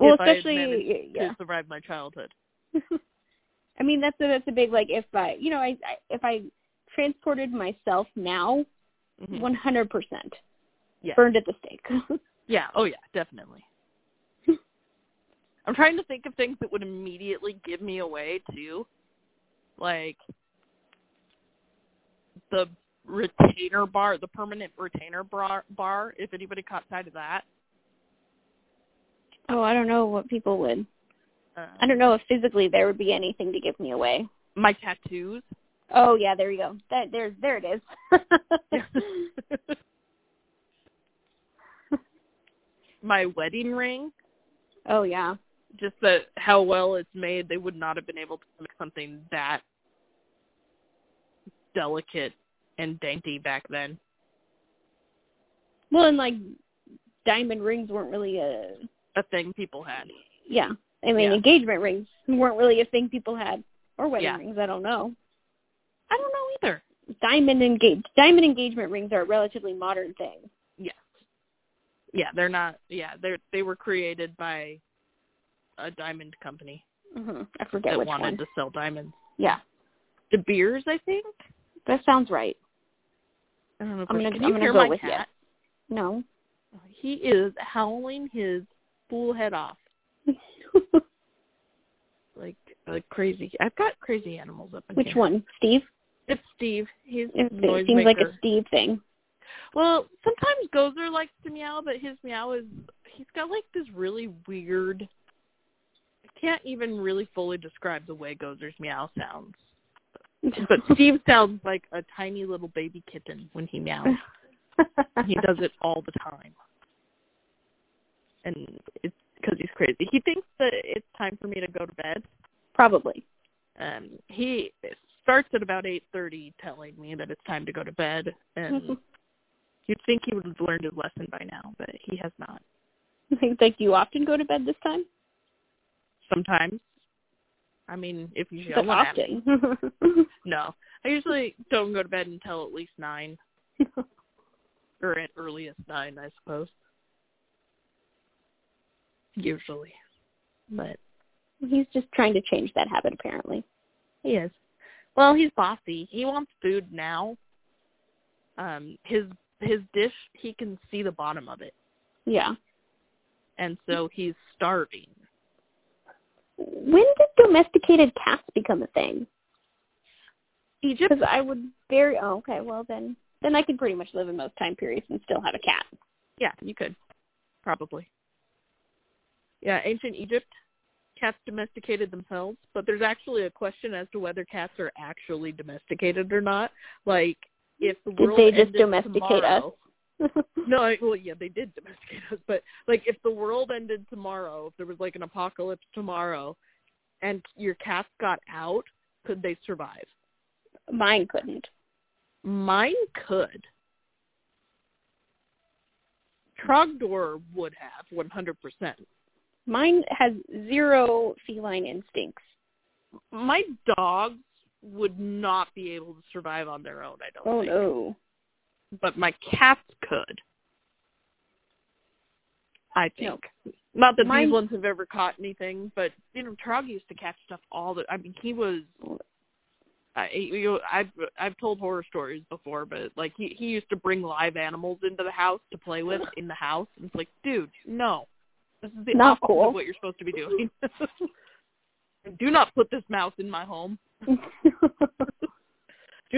Speaker 2: Well,
Speaker 1: If I had
Speaker 2: especially
Speaker 1: managed
Speaker 2: yeah.
Speaker 1: to survive my childhood.
Speaker 2: I mean, that's a that's a big like if I you know I, I if I transported myself now,
Speaker 1: Mhm.
Speaker 2: one hundred percent
Speaker 1: Yeah.
Speaker 2: burned at the stake.
Speaker 1: Yeah. Oh yeah, definitely. I'm trying to think of things that would immediately give me away too, like the retainer bar, the permanent retainer bar. bar if anybody caught sight of that,
Speaker 2: oh, I don't know what people would.
Speaker 1: uh,
Speaker 2: I don't know if physically there would be anything to give me away.
Speaker 1: my tattoos.
Speaker 2: Oh yeah, there you go. That there's there it is.
Speaker 1: my wedding ring,
Speaker 2: oh yeah.
Speaker 1: just that how well it's made, they would not have been able to make something that delicate and dainty back then.
Speaker 2: Well, and like diamond rings weren't really a
Speaker 1: a thing people had.
Speaker 2: yeah. I mean,
Speaker 1: Yeah.
Speaker 2: engagement rings weren't really a thing people had, or wedding
Speaker 1: Yeah.
Speaker 2: rings. I don't know.
Speaker 1: I don't know either.
Speaker 2: Diamond engage diamond engagement rings are a relatively modern thing.
Speaker 1: Yes. Yeah, they're not. Yeah, they are they were created by a diamond company
Speaker 2: hmm I forget
Speaker 1: that
Speaker 2: which
Speaker 1: wanted
Speaker 2: one.
Speaker 1: to sell diamonds.
Speaker 2: Yeah,
Speaker 1: De Beers, I think.
Speaker 2: that sounds right.
Speaker 1: I don't know. If
Speaker 2: I'm
Speaker 1: we're-
Speaker 2: gonna-
Speaker 1: can
Speaker 2: I'm
Speaker 1: you
Speaker 2: gonna
Speaker 1: hear
Speaker 2: go
Speaker 1: my
Speaker 2: with
Speaker 1: cat?
Speaker 2: No.
Speaker 1: He is howling his fool head off like like crazy. I've got crazy animals up in
Speaker 2: which
Speaker 1: here.
Speaker 2: one? Steve?
Speaker 1: It's Steve. He's
Speaker 2: It,
Speaker 1: a
Speaker 2: it
Speaker 1: noise
Speaker 2: seems like
Speaker 1: maker.
Speaker 2: a Steve thing.
Speaker 1: Well, sometimes Gozer likes to meow, but his meow is he's got like this really weird I can't even really fully describe the way Gozer's meow sounds. But Steve sounds like a tiny little baby kitten when he meows. he does it all the time. And it's because he's crazy. He thinks that it's time for me to go to bed.
Speaker 2: Probably.
Speaker 1: Um he starts at about 8:30 telling me that it's time to go to bed and You'd think he would have learned his lesson by now, but he has not.
Speaker 2: It's like, do you often go to bed this time?
Speaker 1: Sometimes, I mean, if you
Speaker 2: but
Speaker 1: yell at me,
Speaker 2: often.
Speaker 1: no. I usually don't go to bed until at least nine, or at earliest nine, I suppose. Usually, but
Speaker 2: He's just trying to change that habit, apparently.
Speaker 1: he is. Well, he's bossy. He wants food now. Um, his his dish, he can see the bottom of it,
Speaker 2: Yeah.
Speaker 1: and so he's starving.
Speaker 2: When did domesticated cats become a thing?
Speaker 1: Egypt
Speaker 2: Because I would very. Oh, okay. Well, then, then I could pretty much live in most time periods and still have a cat.
Speaker 1: Yeah, you could. Probably. Yeah, ancient Egypt, cats domesticated themselves, but there's actually a question as to whether cats are actually domesticated or not. Like, if the
Speaker 2: Did
Speaker 1: world
Speaker 2: they just
Speaker 1: ended
Speaker 2: domesticate us?
Speaker 1: tomorrow, No, I, well, yeah, they did domesticate us, but like, if the world ended tomorrow, if there was like an apocalypse tomorrow, and your cats got out, could they survive?
Speaker 2: Mine couldn't.
Speaker 1: Mine could. Trogdor would have one hundred percent.
Speaker 2: Mine has zero feline instincts.
Speaker 1: my dogs would not be able to survive on their own, I don't
Speaker 2: Oh
Speaker 1: think.
Speaker 2: no.
Speaker 1: But my cats could. I
Speaker 2: No.
Speaker 1: think. Not that
Speaker 2: Mine-
Speaker 1: these ones have ever caught anything, but you know, Trog used to catch stuff all the I mean he was I, you, I've I've told horror stories before, but like he he used to bring live animals into the house to play with in the house, and it's like, dude, no, this is the
Speaker 2: Not
Speaker 1: opposite
Speaker 2: cool.
Speaker 1: of what you're supposed to be doing. Do not put this mouse in my home. Do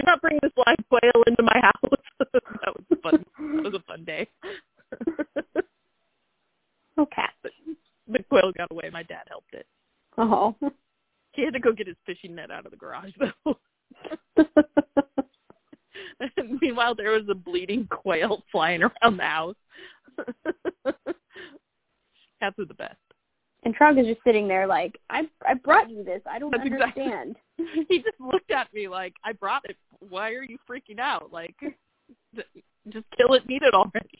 Speaker 1: not bring this live quail into my house. that was fun. That was a fun day.
Speaker 2: okay.
Speaker 1: the quail got away. My dad helped it.
Speaker 2: Oh.
Speaker 1: He had to go get his fishing net out of the garage though. And meanwhile, there was a bleeding quail flying around the house. Cats are the best.
Speaker 2: and Trog is just sitting there like, I I brought you this. I don't
Speaker 1: That's exactly-
Speaker 2: understand.
Speaker 1: He just looked at me like, I brought it. Why are you freaking out? Like, th- just kill it, eat it already.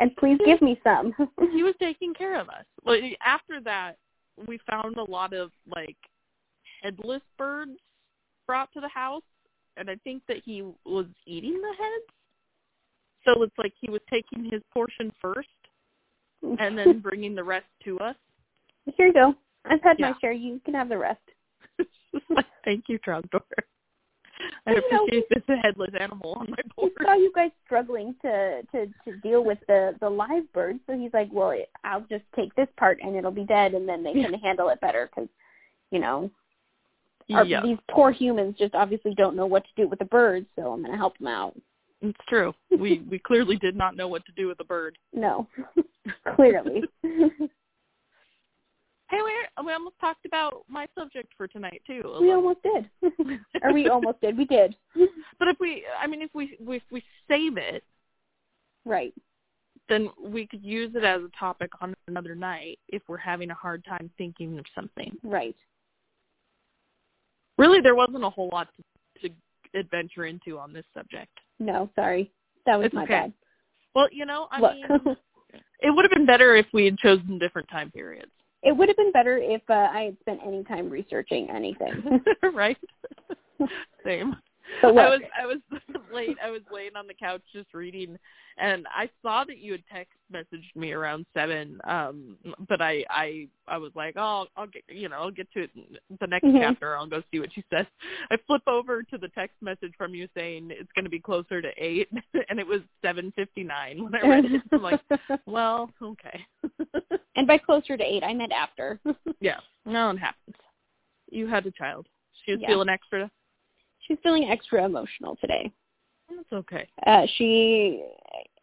Speaker 2: And please give me some.
Speaker 1: he was taking care of us. Like, after that, we found a lot of, like, headless birds brought to the house, and I think that he was eating the heads. So it's like he was taking his portion first and then bringing the rest to us.
Speaker 2: here you go. I've had
Speaker 1: Yeah.
Speaker 2: my share. You can have the rest.
Speaker 1: Thank you, Trogdor. I
Speaker 2: No.
Speaker 1: appreciate this headless animal on my
Speaker 2: He
Speaker 1: board.
Speaker 2: saw you guys struggling to to to deal with the the live birds, so he's like, well, I'll just take this part and it'll be dead, and then they can handle it better because, you know, our,
Speaker 1: Yeah,
Speaker 2: these poor humans just obviously don't know what to do with the birds, so I'm gonna help them out.
Speaker 1: it's true. We we clearly did not know what to do with the bird.
Speaker 2: No, clearly. we
Speaker 1: Hey, we we almost talked about my subject for tonight too. a little.
Speaker 2: almost did. or we almost did. We did.
Speaker 1: But if we, I mean, if we if we save it,
Speaker 2: Right.
Speaker 1: then we could use it as a topic on another night if we're having a hard time thinking of something.
Speaker 2: Right.
Speaker 1: Really, there wasn't a whole lot to, to adventure into on this subject.
Speaker 2: No, sorry. That was
Speaker 1: It's
Speaker 2: my
Speaker 1: okay.
Speaker 2: bad.
Speaker 1: Well, you know, I
Speaker 2: Look,
Speaker 1: mean, it would have been better if we had chosen different time periods.
Speaker 2: it would have been better if uh, I had spent any time researching anything.
Speaker 1: right? Same.
Speaker 2: But
Speaker 1: I was
Speaker 2: look,
Speaker 1: I was late. I was laying on the couch just reading, and I saw that you had text messaged me around seven. Um, but I I I was like, oh, I'll get you know I'll get to it in the next
Speaker 2: Mhm.
Speaker 1: chapter. I'll go see what she says. I flip over to the text message from you saying it's going to be closer to eight, and it was seven fifty nine when I read it. I'm like, well, okay.
Speaker 2: and by closer to eight, I meant after.
Speaker 1: Yeah. No, it happens. You had a child. She was
Speaker 2: Yeah.
Speaker 1: feeling extra.
Speaker 2: She's feeling extra emotional today.
Speaker 1: That's okay.
Speaker 2: uh she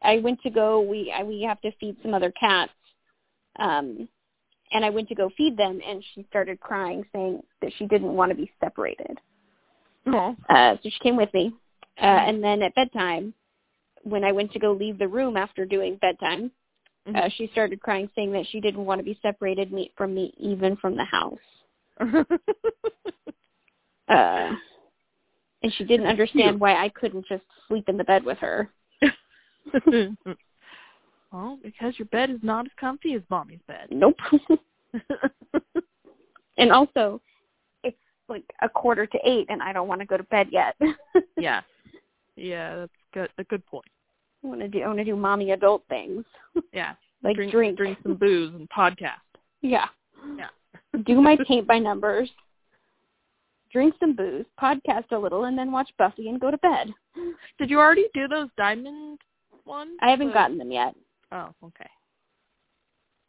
Speaker 2: i went to go we I, we have to feed some other cats um and i went to go feed them and she started crying saying that she didn't want to be separated
Speaker 1: Oh.
Speaker 2: uh so she came with me uh and then at bedtime when i went to go leave the room after doing bedtime
Speaker 1: Mm-hmm.
Speaker 2: uh, she started crying saying that she didn't want to be separated me from me even from the house uh and she didn't understand why i couldn't just sleep in the bed with her
Speaker 1: well, because your bed is not as comfy as mommy's bed.
Speaker 2: nope And also, it's like a quarter to eight, and I don't want to go to bed yet. I
Speaker 1: yeah. Yeah, that's good. A good point.
Speaker 2: want to do. I want to do mommy adult things
Speaker 1: Yeah.
Speaker 2: like
Speaker 1: drink,
Speaker 2: drink.
Speaker 1: drink some booze and podcast.
Speaker 2: Yeah.
Speaker 1: Yeah.
Speaker 2: Do my paint by numbers. Drink some booze, podcast a little, and then watch Buffy and go to bed.
Speaker 1: Did you already do those diamond ones?
Speaker 2: I haven't
Speaker 1: The-
Speaker 2: gotten them yet.
Speaker 1: Oh, okay.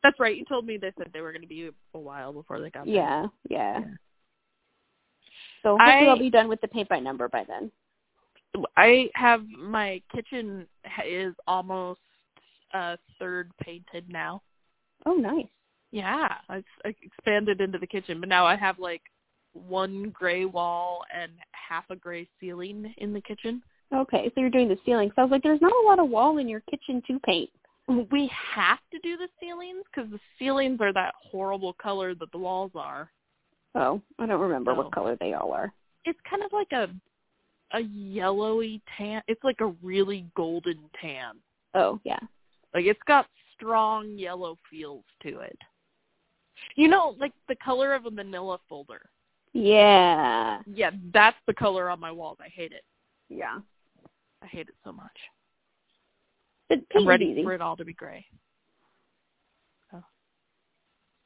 Speaker 1: That's right. You told me they said they were going to be a while before they got there.
Speaker 2: Yeah, yeah.
Speaker 1: Yeah.
Speaker 2: So hopefully
Speaker 1: I-
Speaker 2: I... will be done with the paint by number by then.
Speaker 1: I have my kitchen ha- is almost uh third painted now.
Speaker 2: Oh, nice.
Speaker 1: Yeah, I I expanded into the kitchen, but now I have like one gray wall and half a gray ceiling in the kitchen.
Speaker 2: Okay, so you're doing the ceiling. So I was like, there's not a lot of wall in your kitchen to paint.
Speaker 1: We have to do the ceilings because the ceilings are that horrible color that the walls are.
Speaker 2: Oh, I don't remember
Speaker 1: Oh.
Speaker 2: what color they all are.
Speaker 1: It's kind of like a a yellowy tan. It's like a really golden tan.
Speaker 2: Oh, yeah.
Speaker 1: Like it's got strong yellow feels to it. You know, like the color of a manila folder.
Speaker 2: Yeah.
Speaker 1: Yeah, that's the color on my walls. I hate it.
Speaker 2: Yeah.
Speaker 1: I hate it so much.
Speaker 2: But
Speaker 1: I'm ready for it all to be gray. So.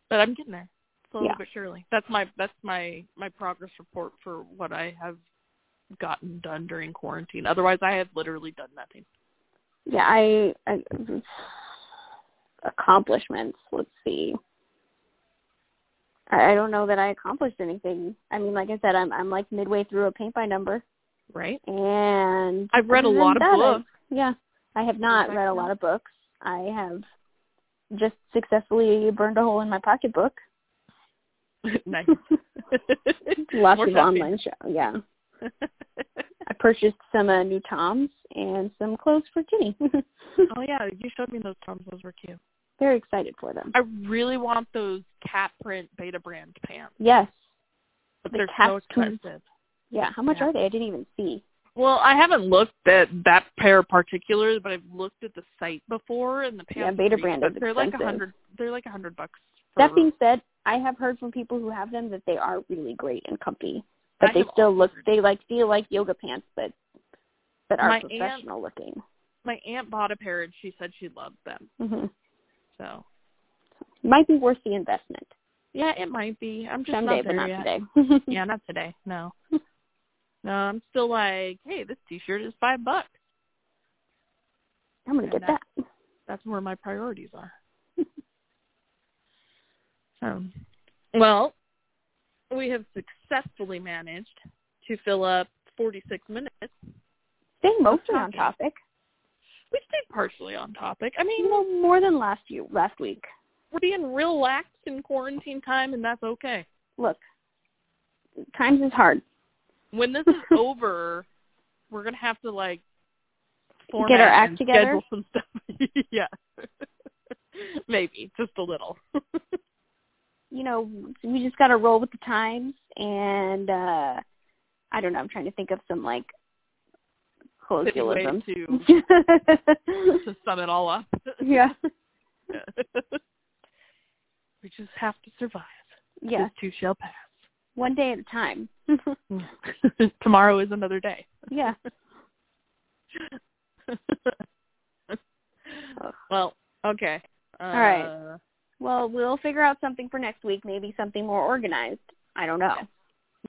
Speaker 1: But I'm getting there. slowly
Speaker 2: Yeah.
Speaker 1: but surely. That's my that's my my progress report for what I have gotten done during quarantine. Otherwise, I have literally done nothing.
Speaker 2: Yeah, I, I accomplishments. Let's see. I, I don't know that I accomplished anything. I mean, like I said, I'm I'm like midway through a paint by number,
Speaker 1: Right?
Speaker 2: and
Speaker 1: I've read a
Speaker 2: other than
Speaker 1: lot of
Speaker 2: that, I-
Speaker 1: books.
Speaker 2: yeah, I have not
Speaker 1: Right
Speaker 2: read a
Speaker 1: now.
Speaker 2: lot of books. I have just successfully burned a hole in my pocketbook.
Speaker 1: nice.
Speaker 2: Lots
Speaker 1: More
Speaker 2: of
Speaker 1: shopping.
Speaker 2: online show. Yeah, I purchased some uh, new toms and some clothes for Ginny.
Speaker 1: oh yeah, you showed me those toms. Those were cute.
Speaker 2: Very excited for them.
Speaker 1: I really want those cat print Beta brand pants,
Speaker 2: Yes.
Speaker 1: but
Speaker 2: The
Speaker 1: they're so
Speaker 2: cat print.
Speaker 1: expensive.
Speaker 2: Yeah. How much
Speaker 1: Yeah.
Speaker 2: are they? I didn't even see.
Speaker 1: Well, I haven't looked at that pair in particular, but I've looked at the site before, and the pants.
Speaker 2: Yeah,
Speaker 1: are
Speaker 2: Beta
Speaker 1: pretty
Speaker 2: Brand
Speaker 1: expensive.
Speaker 2: is
Speaker 1: They're like a
Speaker 2: expensive.
Speaker 1: hundred. They're like a hundred bucks.
Speaker 2: That
Speaker 1: for-
Speaker 2: being said, I have heard from people who have them that they are really great and comfy, but
Speaker 1: I
Speaker 2: they
Speaker 1: have
Speaker 2: still
Speaker 1: also
Speaker 2: look
Speaker 1: heard-
Speaker 2: they like feel like yoga pants, but that are
Speaker 1: My aunt-
Speaker 2: professional looking.
Speaker 1: My aunt bought a pair, and she said she loved them.
Speaker 2: hmm
Speaker 1: So
Speaker 2: Might be worth the investment
Speaker 1: yeah, it might be. I'm just
Speaker 2: someday,
Speaker 1: not
Speaker 2: but
Speaker 1: there
Speaker 2: not
Speaker 1: yet.
Speaker 2: today.
Speaker 1: Yeah, not today. No. No, I'm still like, hey, this T-shirt is five bucks.
Speaker 2: I'm gonna
Speaker 1: And
Speaker 2: get that.
Speaker 1: That's where my priorities are. so, well, we have successfully managed to fill up 46 minutes.
Speaker 2: Staying mostly on
Speaker 1: Let's talk.
Speaker 2: topic.
Speaker 1: We stayed partially on topic. I mean,
Speaker 2: You know, more than last year last week.
Speaker 1: we're being relaxed in quarantine time, and that's okay.
Speaker 2: Look, times is hard.
Speaker 1: When this is over, we're gonna have to like format
Speaker 2: Get our act
Speaker 1: and
Speaker 2: together?
Speaker 1: schedule some stuff. yeah, maybe just a little.
Speaker 2: you know, we just got to roll with the times. And uh I don't know. I'm trying to think of some like
Speaker 1: Any way
Speaker 2: colloquialisms.
Speaker 1: to to sum it all up.
Speaker 2: yeah,
Speaker 1: we just have to survive.
Speaker 2: yeah.
Speaker 1: This too shall
Speaker 2: One day at a time.
Speaker 1: pass. Tomorrow is another day.
Speaker 2: yeah.
Speaker 1: well, okay. Uh,
Speaker 2: All right. Well, we'll figure out something for next week. Maybe something more organized. I don't know.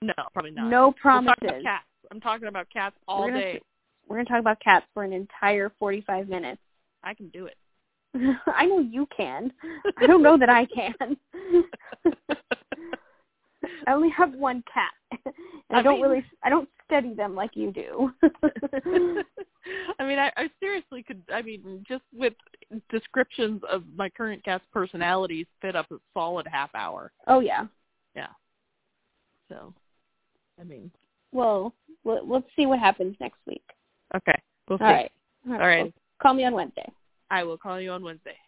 Speaker 1: No, probably not.
Speaker 2: No
Speaker 1: We're
Speaker 2: promises.
Speaker 1: talking about cats. I'm talking about cats all
Speaker 2: We're gonna-
Speaker 1: day.
Speaker 2: We're gonna talk about cats for an entire 45 minutes.
Speaker 1: I can do it.
Speaker 2: I know you can. I don't know that I can. I only have one cat. And I,
Speaker 1: I
Speaker 2: don't
Speaker 1: mean-
Speaker 2: really I don't study them like you do.
Speaker 1: I mean, I, I seriously could. I mean, just with descriptions of my current cat's personalities, fit up a solid half hour.
Speaker 2: oh yeah.
Speaker 1: So, I mean,
Speaker 2: Well, let- let's see what happens next week.
Speaker 1: okay, we'll see.
Speaker 2: All right.
Speaker 1: All right.
Speaker 2: Well, call me on Wednesday.
Speaker 1: I will call you on Wednesday.